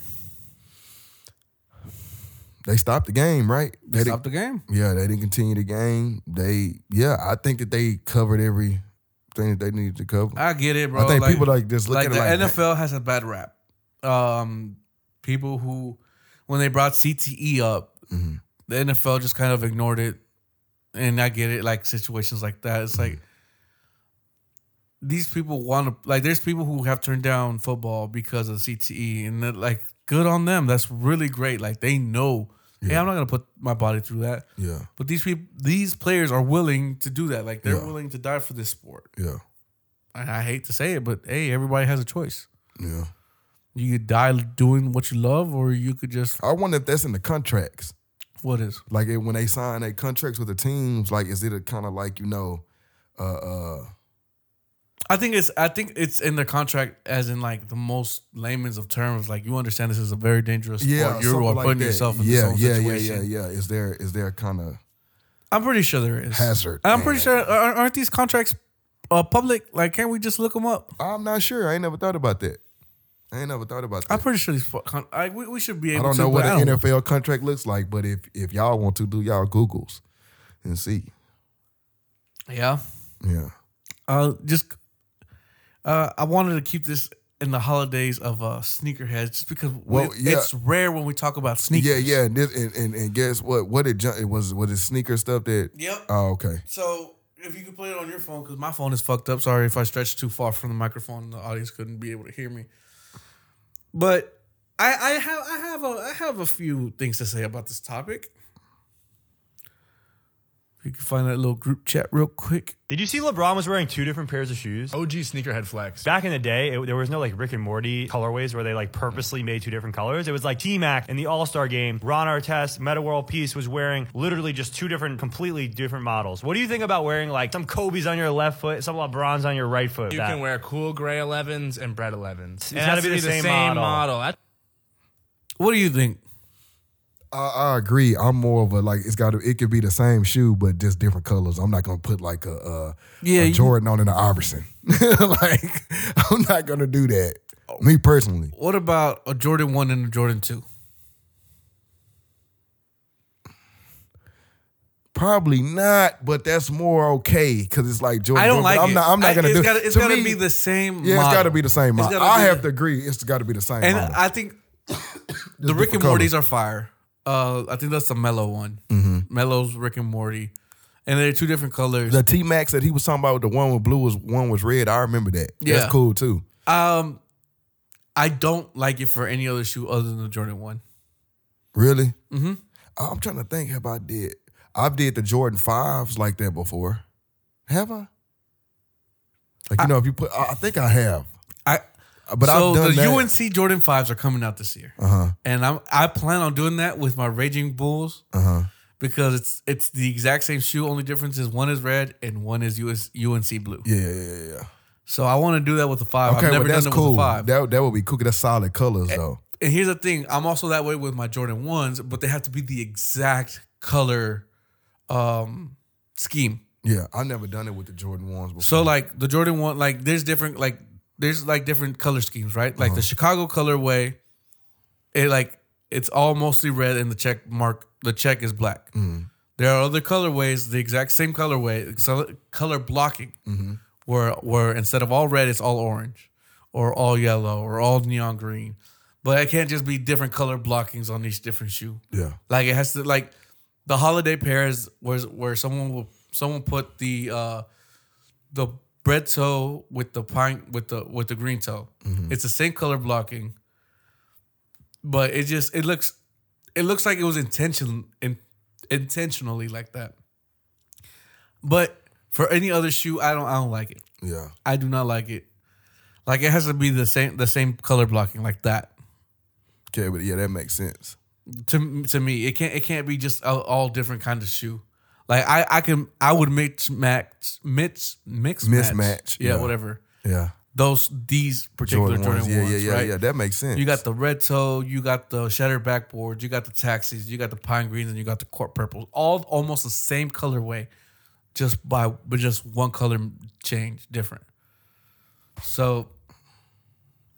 B: They stopped the game, right? They didn't-
A: Stop the game.
B: Yeah, they didn't continue the game. They, yeah, I think that they covered everything that they needed to cover.
A: I get it, bro.
B: I think people, like, just look
A: like
B: at it
A: the
B: like,
A: NFL has a bad rap. Um, people who when they brought CTE up,
B: Mm-hmm.
A: the NFL just kind of ignored it, and I get it. Like situations like that, it's like these people want to like. There's people who have turned down football because of CTE, and that like good on them. That's really great. Like they know, hey, I'm not gonna put my body through that.
B: yeah,
A: But these people, these players are willing to do that. Like they're
B: Yeah.
A: willing to die for this sport.
B: yeah,
A: And I hate to say it, but hey, everybody has a choice.
B: yeah.
A: You could die doing what you love, or you could just
B: I wonder if that's in the contracts.
A: what is
B: Like it, when they sign their contracts with the teams, like is it a kind of like you know, uh, uh,
A: I think it's I think it's in the contract as in like the most layman's of terms. Like you understand this is a very dangerous sport.
B: yeah,
A: you
B: something
A: are
B: like
A: putting
B: that.
A: yourself in
B: yeah,
A: this whole
B: yeah,
A: situation.
B: yeah, yeah, yeah. Is there is there kind of
A: I'm pretty sure there is
B: Hazard.
A: And I'm pretty sure aren't aren't these contracts uh, public? Like, can't we just look them up?
B: I'm not sure. I ain't never thought about that. I ain't never thought about that.
A: I'm pretty sure these. fu- Con- I, we, we should be
B: I
A: able.
B: don't
A: to,
B: know
A: but
B: what
A: I
B: an
A: don't-
B: NFL contract looks like, but if if y'all want to do y'all Googles and see,
A: Yeah.
B: yeah.
A: Uh, just uh, I wanted to keep this in the holidays of uh sneakerheads, just because
B: Well,
A: we-
B: yeah.
A: it's rare when we talk about sneakers.
B: Yeah, yeah, and, this, and, and and guess what? What it, ju- it was was it sneaker stuff that?
A: Yep.
B: Oh, okay.
A: So if you could play it on your phone, because my phone is fucked up. Sorry if I stretched too far from the microphone, and the audience couldn't be able to hear me. But I, I have I have a I have a few things to say about this topic. If you can find that little group chat real quick.
G: Did you see LeBron was wearing two different pairs of shoes?
J: OG sneakerhead flex.
G: Back in the day, it, there was no like Rick and Morty colorways where they like purposely made two different colors. It was like T Mac in the All Star game. Ron Artest, Meta World Peace was wearing literally just two different, completely different models. What do you think about wearing like some Kobe's on your left foot, some LeBron's on your right foot?
J: You can wear cool gray 11s and bread 11s. It's
G: gotta be the same model.
J: That-
A: What do you think?
B: I, I agree. I'm more of a like it's got to it could be the same shoe but just different colors. I'm not gonna put like a, uh
A: Yeah,
B: a
A: you-
B: Jordan on and an Iverson. *laughs* like I'm not gonna do that. Me personally,
A: What about a Jordan one and a Jordan two?
B: Probably not, but that's more okay because it's like Jordan.
A: I don't
B: Brooks,
A: like
B: I'm
A: it.
B: Not, I'm
A: I-
B: not gonna
A: it's
B: do.
A: gotta- it's
B: to
A: gotta
B: me,
A: be the same
B: Yeah, it's
A: model.
B: got to be the same
A: It's
B: model.
A: gotta
B: I
A: be
B: have
A: the-
B: to agree. It's got to be the same.
A: And
B: model.
A: I think the Rick and Morty's are fire. Uh, I think that's the mellow one.
B: Mm-hmm.
A: Mellow's Rick and Morty, and they're two different colors.
B: the T Max that he was talking about, the one with blue was one was red. I remember that.
A: Yeah.
B: That's cool too.
A: um, I don't like it for any other shoe other than the Jordan one.
B: Really?
A: Mhm.
B: I'm trying to think. Have I did? I've did the Jordan fives like that before. Have I? Like you know, if you put, I I think I have.
A: I
B: But
A: so
B: I've done
A: the
B: that.
A: UNC Jordan fives are coming out this year,
B: Uh huh.
A: and I'm I plan on doing that with my Raging Bulls
B: Uh huh.
A: because it's it's the exact same shoe. Only difference is one is red and one is US, UNC blue.
B: Yeah, yeah, yeah, yeah.
A: So I want to do that with the five.
B: Okay,
A: I've never
B: but that's
A: done it
B: cool.
A: with the five. Eh.
B: That that would be cool. 'cause That's solid colors though.
A: and here's the thing i'm also that way with my jordan ones but they have to be the exact color um scheme
B: Yeah, I've never done it with the Jordan ones before.
A: so like the jordan one like there's different like there's like different color schemes right like the chicago colorway it like it's all mostly red and the check mark the check is black there are other colorways the exact same colorway so- color blocking where where instead of all red it's all orange or all yellow or all neon green but it can't just be different color blockings on each different shoe
B: yeah,
A: like it has to like the holiday pairs was where someone will someone put the uh the bread toe with the pine with the with the green toe. It's the same color blocking, but it just it looks it looks like it was intention in, intentionally like that. But for any other shoe, I don't I don't like it.
B: yeah.
A: I do not like it. Like it has to be the same the same color blocking like that.
B: Okay, but yeah, that makes sense.
A: to to me it can't it can't be just a, all different kind of shoe like i i can i would mix match mix mix match.
B: Mismatch,
A: yeah,
B: yeah.
A: whatever
B: Yeah,
A: those these particular jordan, ones,
B: Yeah, yeah, yeah,
A: right?
B: yeah. That makes sense.
A: you got the red toe you got the shutter backboards you got the taxis you got the pine greens and you got the court purples all almost the same colorway just by but just one color change different so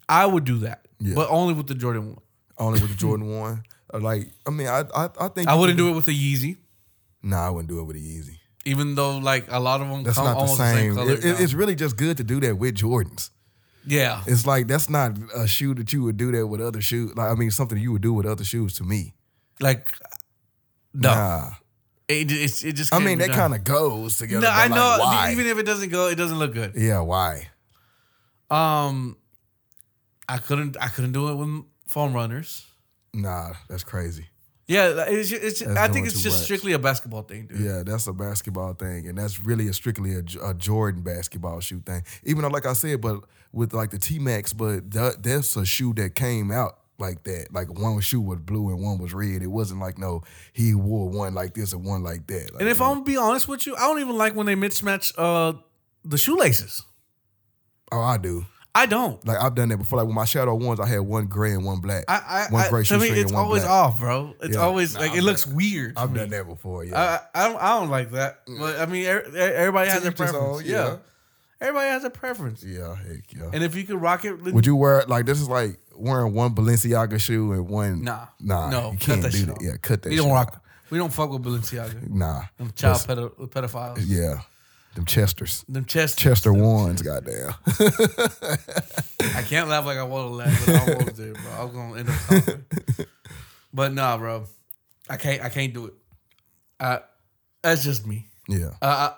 A: i would do that
B: Yeah.
A: but only with the jordan one
B: only with the Jordan one. Uh, Like, I mean, I I, I think
A: i wouldn't do it with the yeezy
B: Nah, I wouldn't do it with the Yeezy.
A: even though like a lot of them
B: That's
A: come
B: not the
A: almost
B: same.
A: color.
B: It- it- it's really just good to do that with Jordans.
A: yeah,
B: It's like that's not a shoe that you would do that with other shoes. Like I mean, something you would do with other shoes to me.
A: like no,
B: Nah,
A: it, it's it just.
B: I
A: can't
B: mean
A: be
B: that
A: done.
B: kind of goes together.
A: No,
B: but
A: I
B: like,
A: know.
B: why?
A: Even if it doesn't go, it doesn't look good.
B: yeah, why?
A: Um, I couldn't. I couldn't do it with foam runners.
B: Nah, that's crazy.
A: Yeah, it's. ju- it's ju-
B: That's
A: I think
B: doing
A: it's
B: too
A: just
B: much.
A: strictly a basketball thing, dude.
B: Yeah, that's a basketball thing, and that's really a strictly a, J- a Jordan basketball shoe thing. Even though, like I said, but with like the T Max, but that, that's a shoe that came out like that. Like one shoe was blue and one was red. It wasn't like no, he wore one like this and one like that. Like,
A: And if I'm gonna be honest with you, I don't even like when they mismatch uh the shoelaces.
B: oh, I do.
A: I don't.
B: Like I've done that before. Like with my shadow ones, I had one gray and one black.
A: I,
B: one
A: I, I to me,
B: shoestring and
A: it's
B: one
A: always
B: black.
A: off, bro. It's
B: Yeah.
A: always
B: Nah,
A: like it
B: I'm
A: looks weird. to
B: I've
A: me.
B: done that before. Yeah.
A: I, I don't I don't like that. But I mean, er, er- everybody has
B: To
A: their
B: each his
A: preference.
B: own,
A: yeah.
B: yeah.
A: everybody has a preference.
B: yeah. Heck yeah.
A: And if you could rock it, then-
B: Would you wear like this? Is like wearing one Balenciaga shoe and one
A: Nah,
B: nah.
A: no,
B: you
A: cut
B: can't
A: that
B: do
A: shit
B: that.
A: off.
B: Yeah, cut that.
A: we don't
B: shit
A: rock.
B: out.
A: We don't fuck with Balenciaga.
B: Nah,
A: Them child
B: That's-
A: pedo- pedophiles.
B: Yeah, them Chesters,
A: Them chest.
B: Chester ones. Goddamn. *laughs*
A: I can't laugh like I want to laugh, but I want to do, it, bro. I'm gonna end up.
B: *laughs*
A: Coughing. but nah, bro. I can't. I can't do it. I, that's just me.
B: yeah,
A: Uh,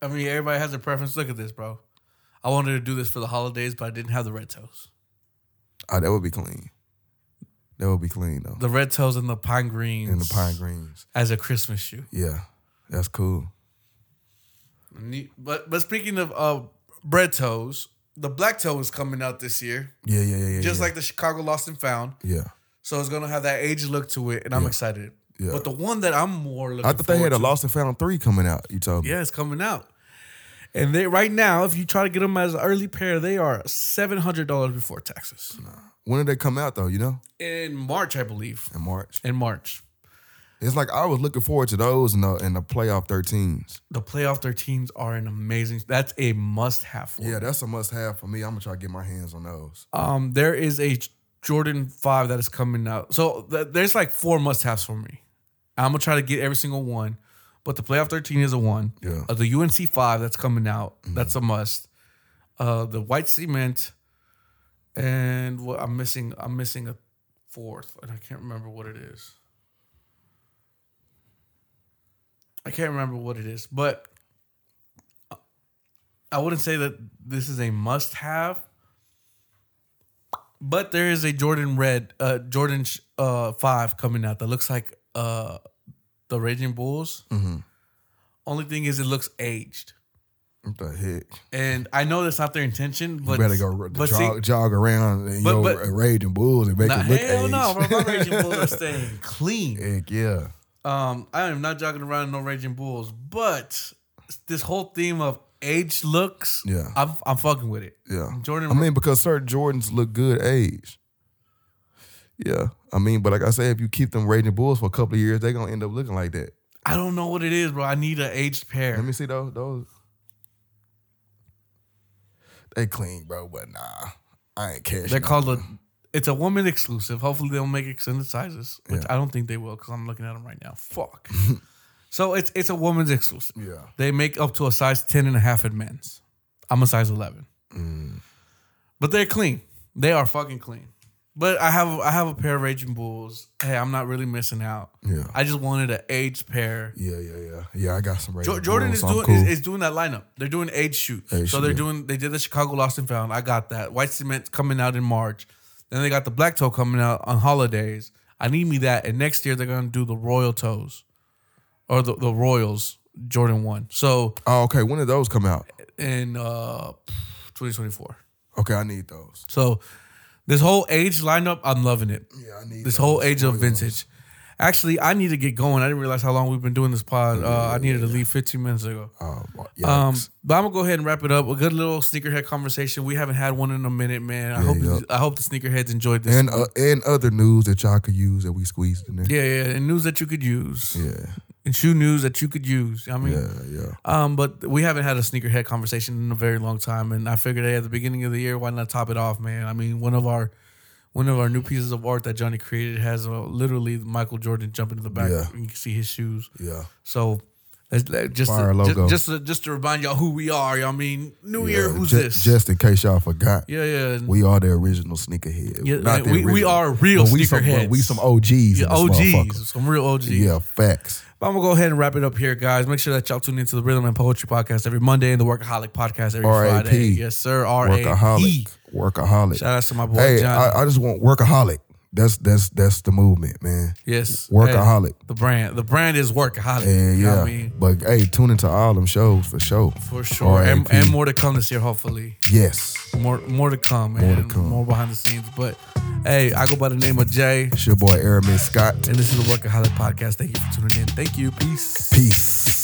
A: I, I mean, everybody has a preference. Look at this, bro. I wanted to do this for the holidays, but I didn't have the red toes.
B: oh, that would be clean. That would be clean though.
A: The red toes and the pine greens.
B: And the pine greens.
A: as a Christmas shoe.
B: Yeah, that's cool.
A: Ne- But but speaking of uh, bread toes, the black toe is coming out this year,
B: Yeah, yeah, yeah, yeah.
A: just
B: yeah.
A: like the Chicago Lost and Found.
B: yeah.
A: So it's gonna have that age look to it, and I'm excited.
B: Yeah.
A: But the one that I'm more looking
B: I thought they
A: forward
B: had a
A: to-
B: Lost and Found three coming out. You told me.
A: Yeah, it's coming out. And they right now, if you try to get them as an early pair, they are seven hundred dollars before taxes.
B: When did they come out though? You know,
A: In March, I believe.
B: in March.
A: In March,
B: It's like I was looking forward to those and the and the playoff thirteens.
A: the playoff 13s are an amazing. That's a must-have. For me.
B: Yeah, that's a must have for me. I'm gonna try to get my hands on those.
A: Um, there is a Jordan Five that is coming out. So th- there's like four must haves for me. I'm gonna try to get every single one, but But the playoff 13 is a one.
B: Yeah.
A: Uh, the UNC 5 that's coming out, that's a must. Uh, the white cement and what I'm missing I'm missing a fourth and I can't remember what it is. I can't remember what it is, but uh, I wouldn't say that this is a must have. But there is a Jordan Red, uh, Jordan sh- uh, Five coming out that looks like uh, the Raging Bulls.
B: Mm-hmm.
A: Only thing is, it looks aged,
B: What the heck?
A: and I know that's not their intention. But
B: You better go
A: but see-
B: jog, jog around and you
A: but-
B: know
A: but-
B: raging bulls and make
A: nah,
B: it look
A: hell no,
B: aged.
A: bro, my Raging
B: *laughs*
A: Bulls are staying clean.
B: Heck yeah.
A: Um, I am not jogging around in no Raging Bulls, but this whole theme of aged looks,
B: Yeah.
A: I'm I'm fucking with it.
B: Yeah.
A: Jordan.
B: I mean, because certain Jordans look good age. Yeah. I mean, but like I say, if you keep them raging bulls for a couple of years, they're gonna end up looking like that.
A: I don't know what it is, bro. I need an aged pair.
B: Let me see those those. They clean, bro, but nah. I ain't catching.
A: They're
B: them.
A: called a. It's a woman exclusive. Hopefully they'll make extended sizes, which I don't think they will because I'm looking at them right now.
B: *laughs*
A: Fuck. so it's it's a woman's exclusive.
B: Yeah.
A: They make up to a size 10 and a half in men's. I'm a size 11.
B: Mm.
A: But they're clean. They are fucking clean. But I have I have a pair of Raging Bulls. Hey, I'm not really missing out.
B: Yeah.
A: I just wanted an aged pair.
B: Yeah, yeah, yeah. Yeah, I got some raging
A: Jo- Jordan
B: bulls,
A: is
B: so I'm
A: doing
B: Oh, cool.
A: is, is doing that lineup. They're doing age shoots.
B: Age
A: so
B: shoot,
A: they're
B: yeah.
A: doing they did the Chicago Lost and Found. I got that. White Cement coming out in March. Then they got the Black Toe coming out on holidays. I need me that. And next year they're gonna do the Royal Toes. Or the, the Royals Jordan one. So
B: Oh, okay. When did those come out?
A: in uh 2024.
B: Okay, I need those.
A: So this whole age lineup, I'm loving it.
B: Yeah, I need
A: This
B: those.
A: whole age of vintage. Actually, I need to get going. I didn't realize how long we've been doing this pod. Uh, I needed to leave 15 minutes ago.
B: Oh, my-
A: Um,
B: yikes.
A: but I'm gonna go ahead and wrap it up. A good little sneakerhead conversation. We haven't had one in a minute, man. I hope
B: yep.
A: I hope the sneakerheads enjoyed this.
B: and uh, and other news that y'all could use that we squeezed in there.
A: yeah, yeah, and news that you could use,
B: Yeah,
A: and shoe news that you could use. I mean,
B: yeah, yeah.
A: um, but we haven't had a sneakerhead conversation in a very long time, and I figured hey, at the beginning of the year, why not top it off, man? I mean, one of our one of our new pieces of art that Johnny created has uh, literally Michael Jordan jumping to the back.
B: Yeah.
A: and You can see his shoes.
B: Yeah.
A: So. let's- let- Just to,
B: Fire
A: ju-
B: logo.
A: just to, just to remind y'all who we are. Y'all mean New Year?
B: Yeah,
A: Who's
B: Uh, ju-
A: this?
B: Just in case y'all forgot.
A: Yeah, yeah.
B: We are the original sneakerhead.
A: Yeah,
B: Not the
A: we- we
B: original,
A: are real
B: but we some-
A: sneakerheads.
B: but we some OGs.
A: yeah,
B: in this
A: OGs,
B: motherfucker.
A: some real OGs.
B: Yeah, facts.
A: But I'm gonna go ahead and wrap it up here, guys. Make sure that y'all tune into the Rhythm and Poetry podcast every Monday and the Workaholic podcast every
B: R.A.P..
A: Friday. Yes, sir. R A P.
B: Workaholic. Workaholic.
A: Shout out to my boy
B: Hey,
A: Johnny.
B: I, I just want workaholic. That's that's that's the movement, man.
A: Yes,
B: Workaholic.
A: Hey, the brand, the brand is workaholic.
B: Yeah,
A: You know what
B: yeah.
A: I mean,
B: But hey, tune into all them shows for sure.
A: for sure, and,
B: R.I.P..
A: and more to come this year, hopefully.
B: Yes,
A: More, more to come, man.
B: More to come.
A: More behind the scenes. But hey, I go by the name of Jay,
B: it's your boy Aramis Scott.
A: and this is the Workaholic podcast. Thank you for tuning in. Thank you. Peace.
B: Peace.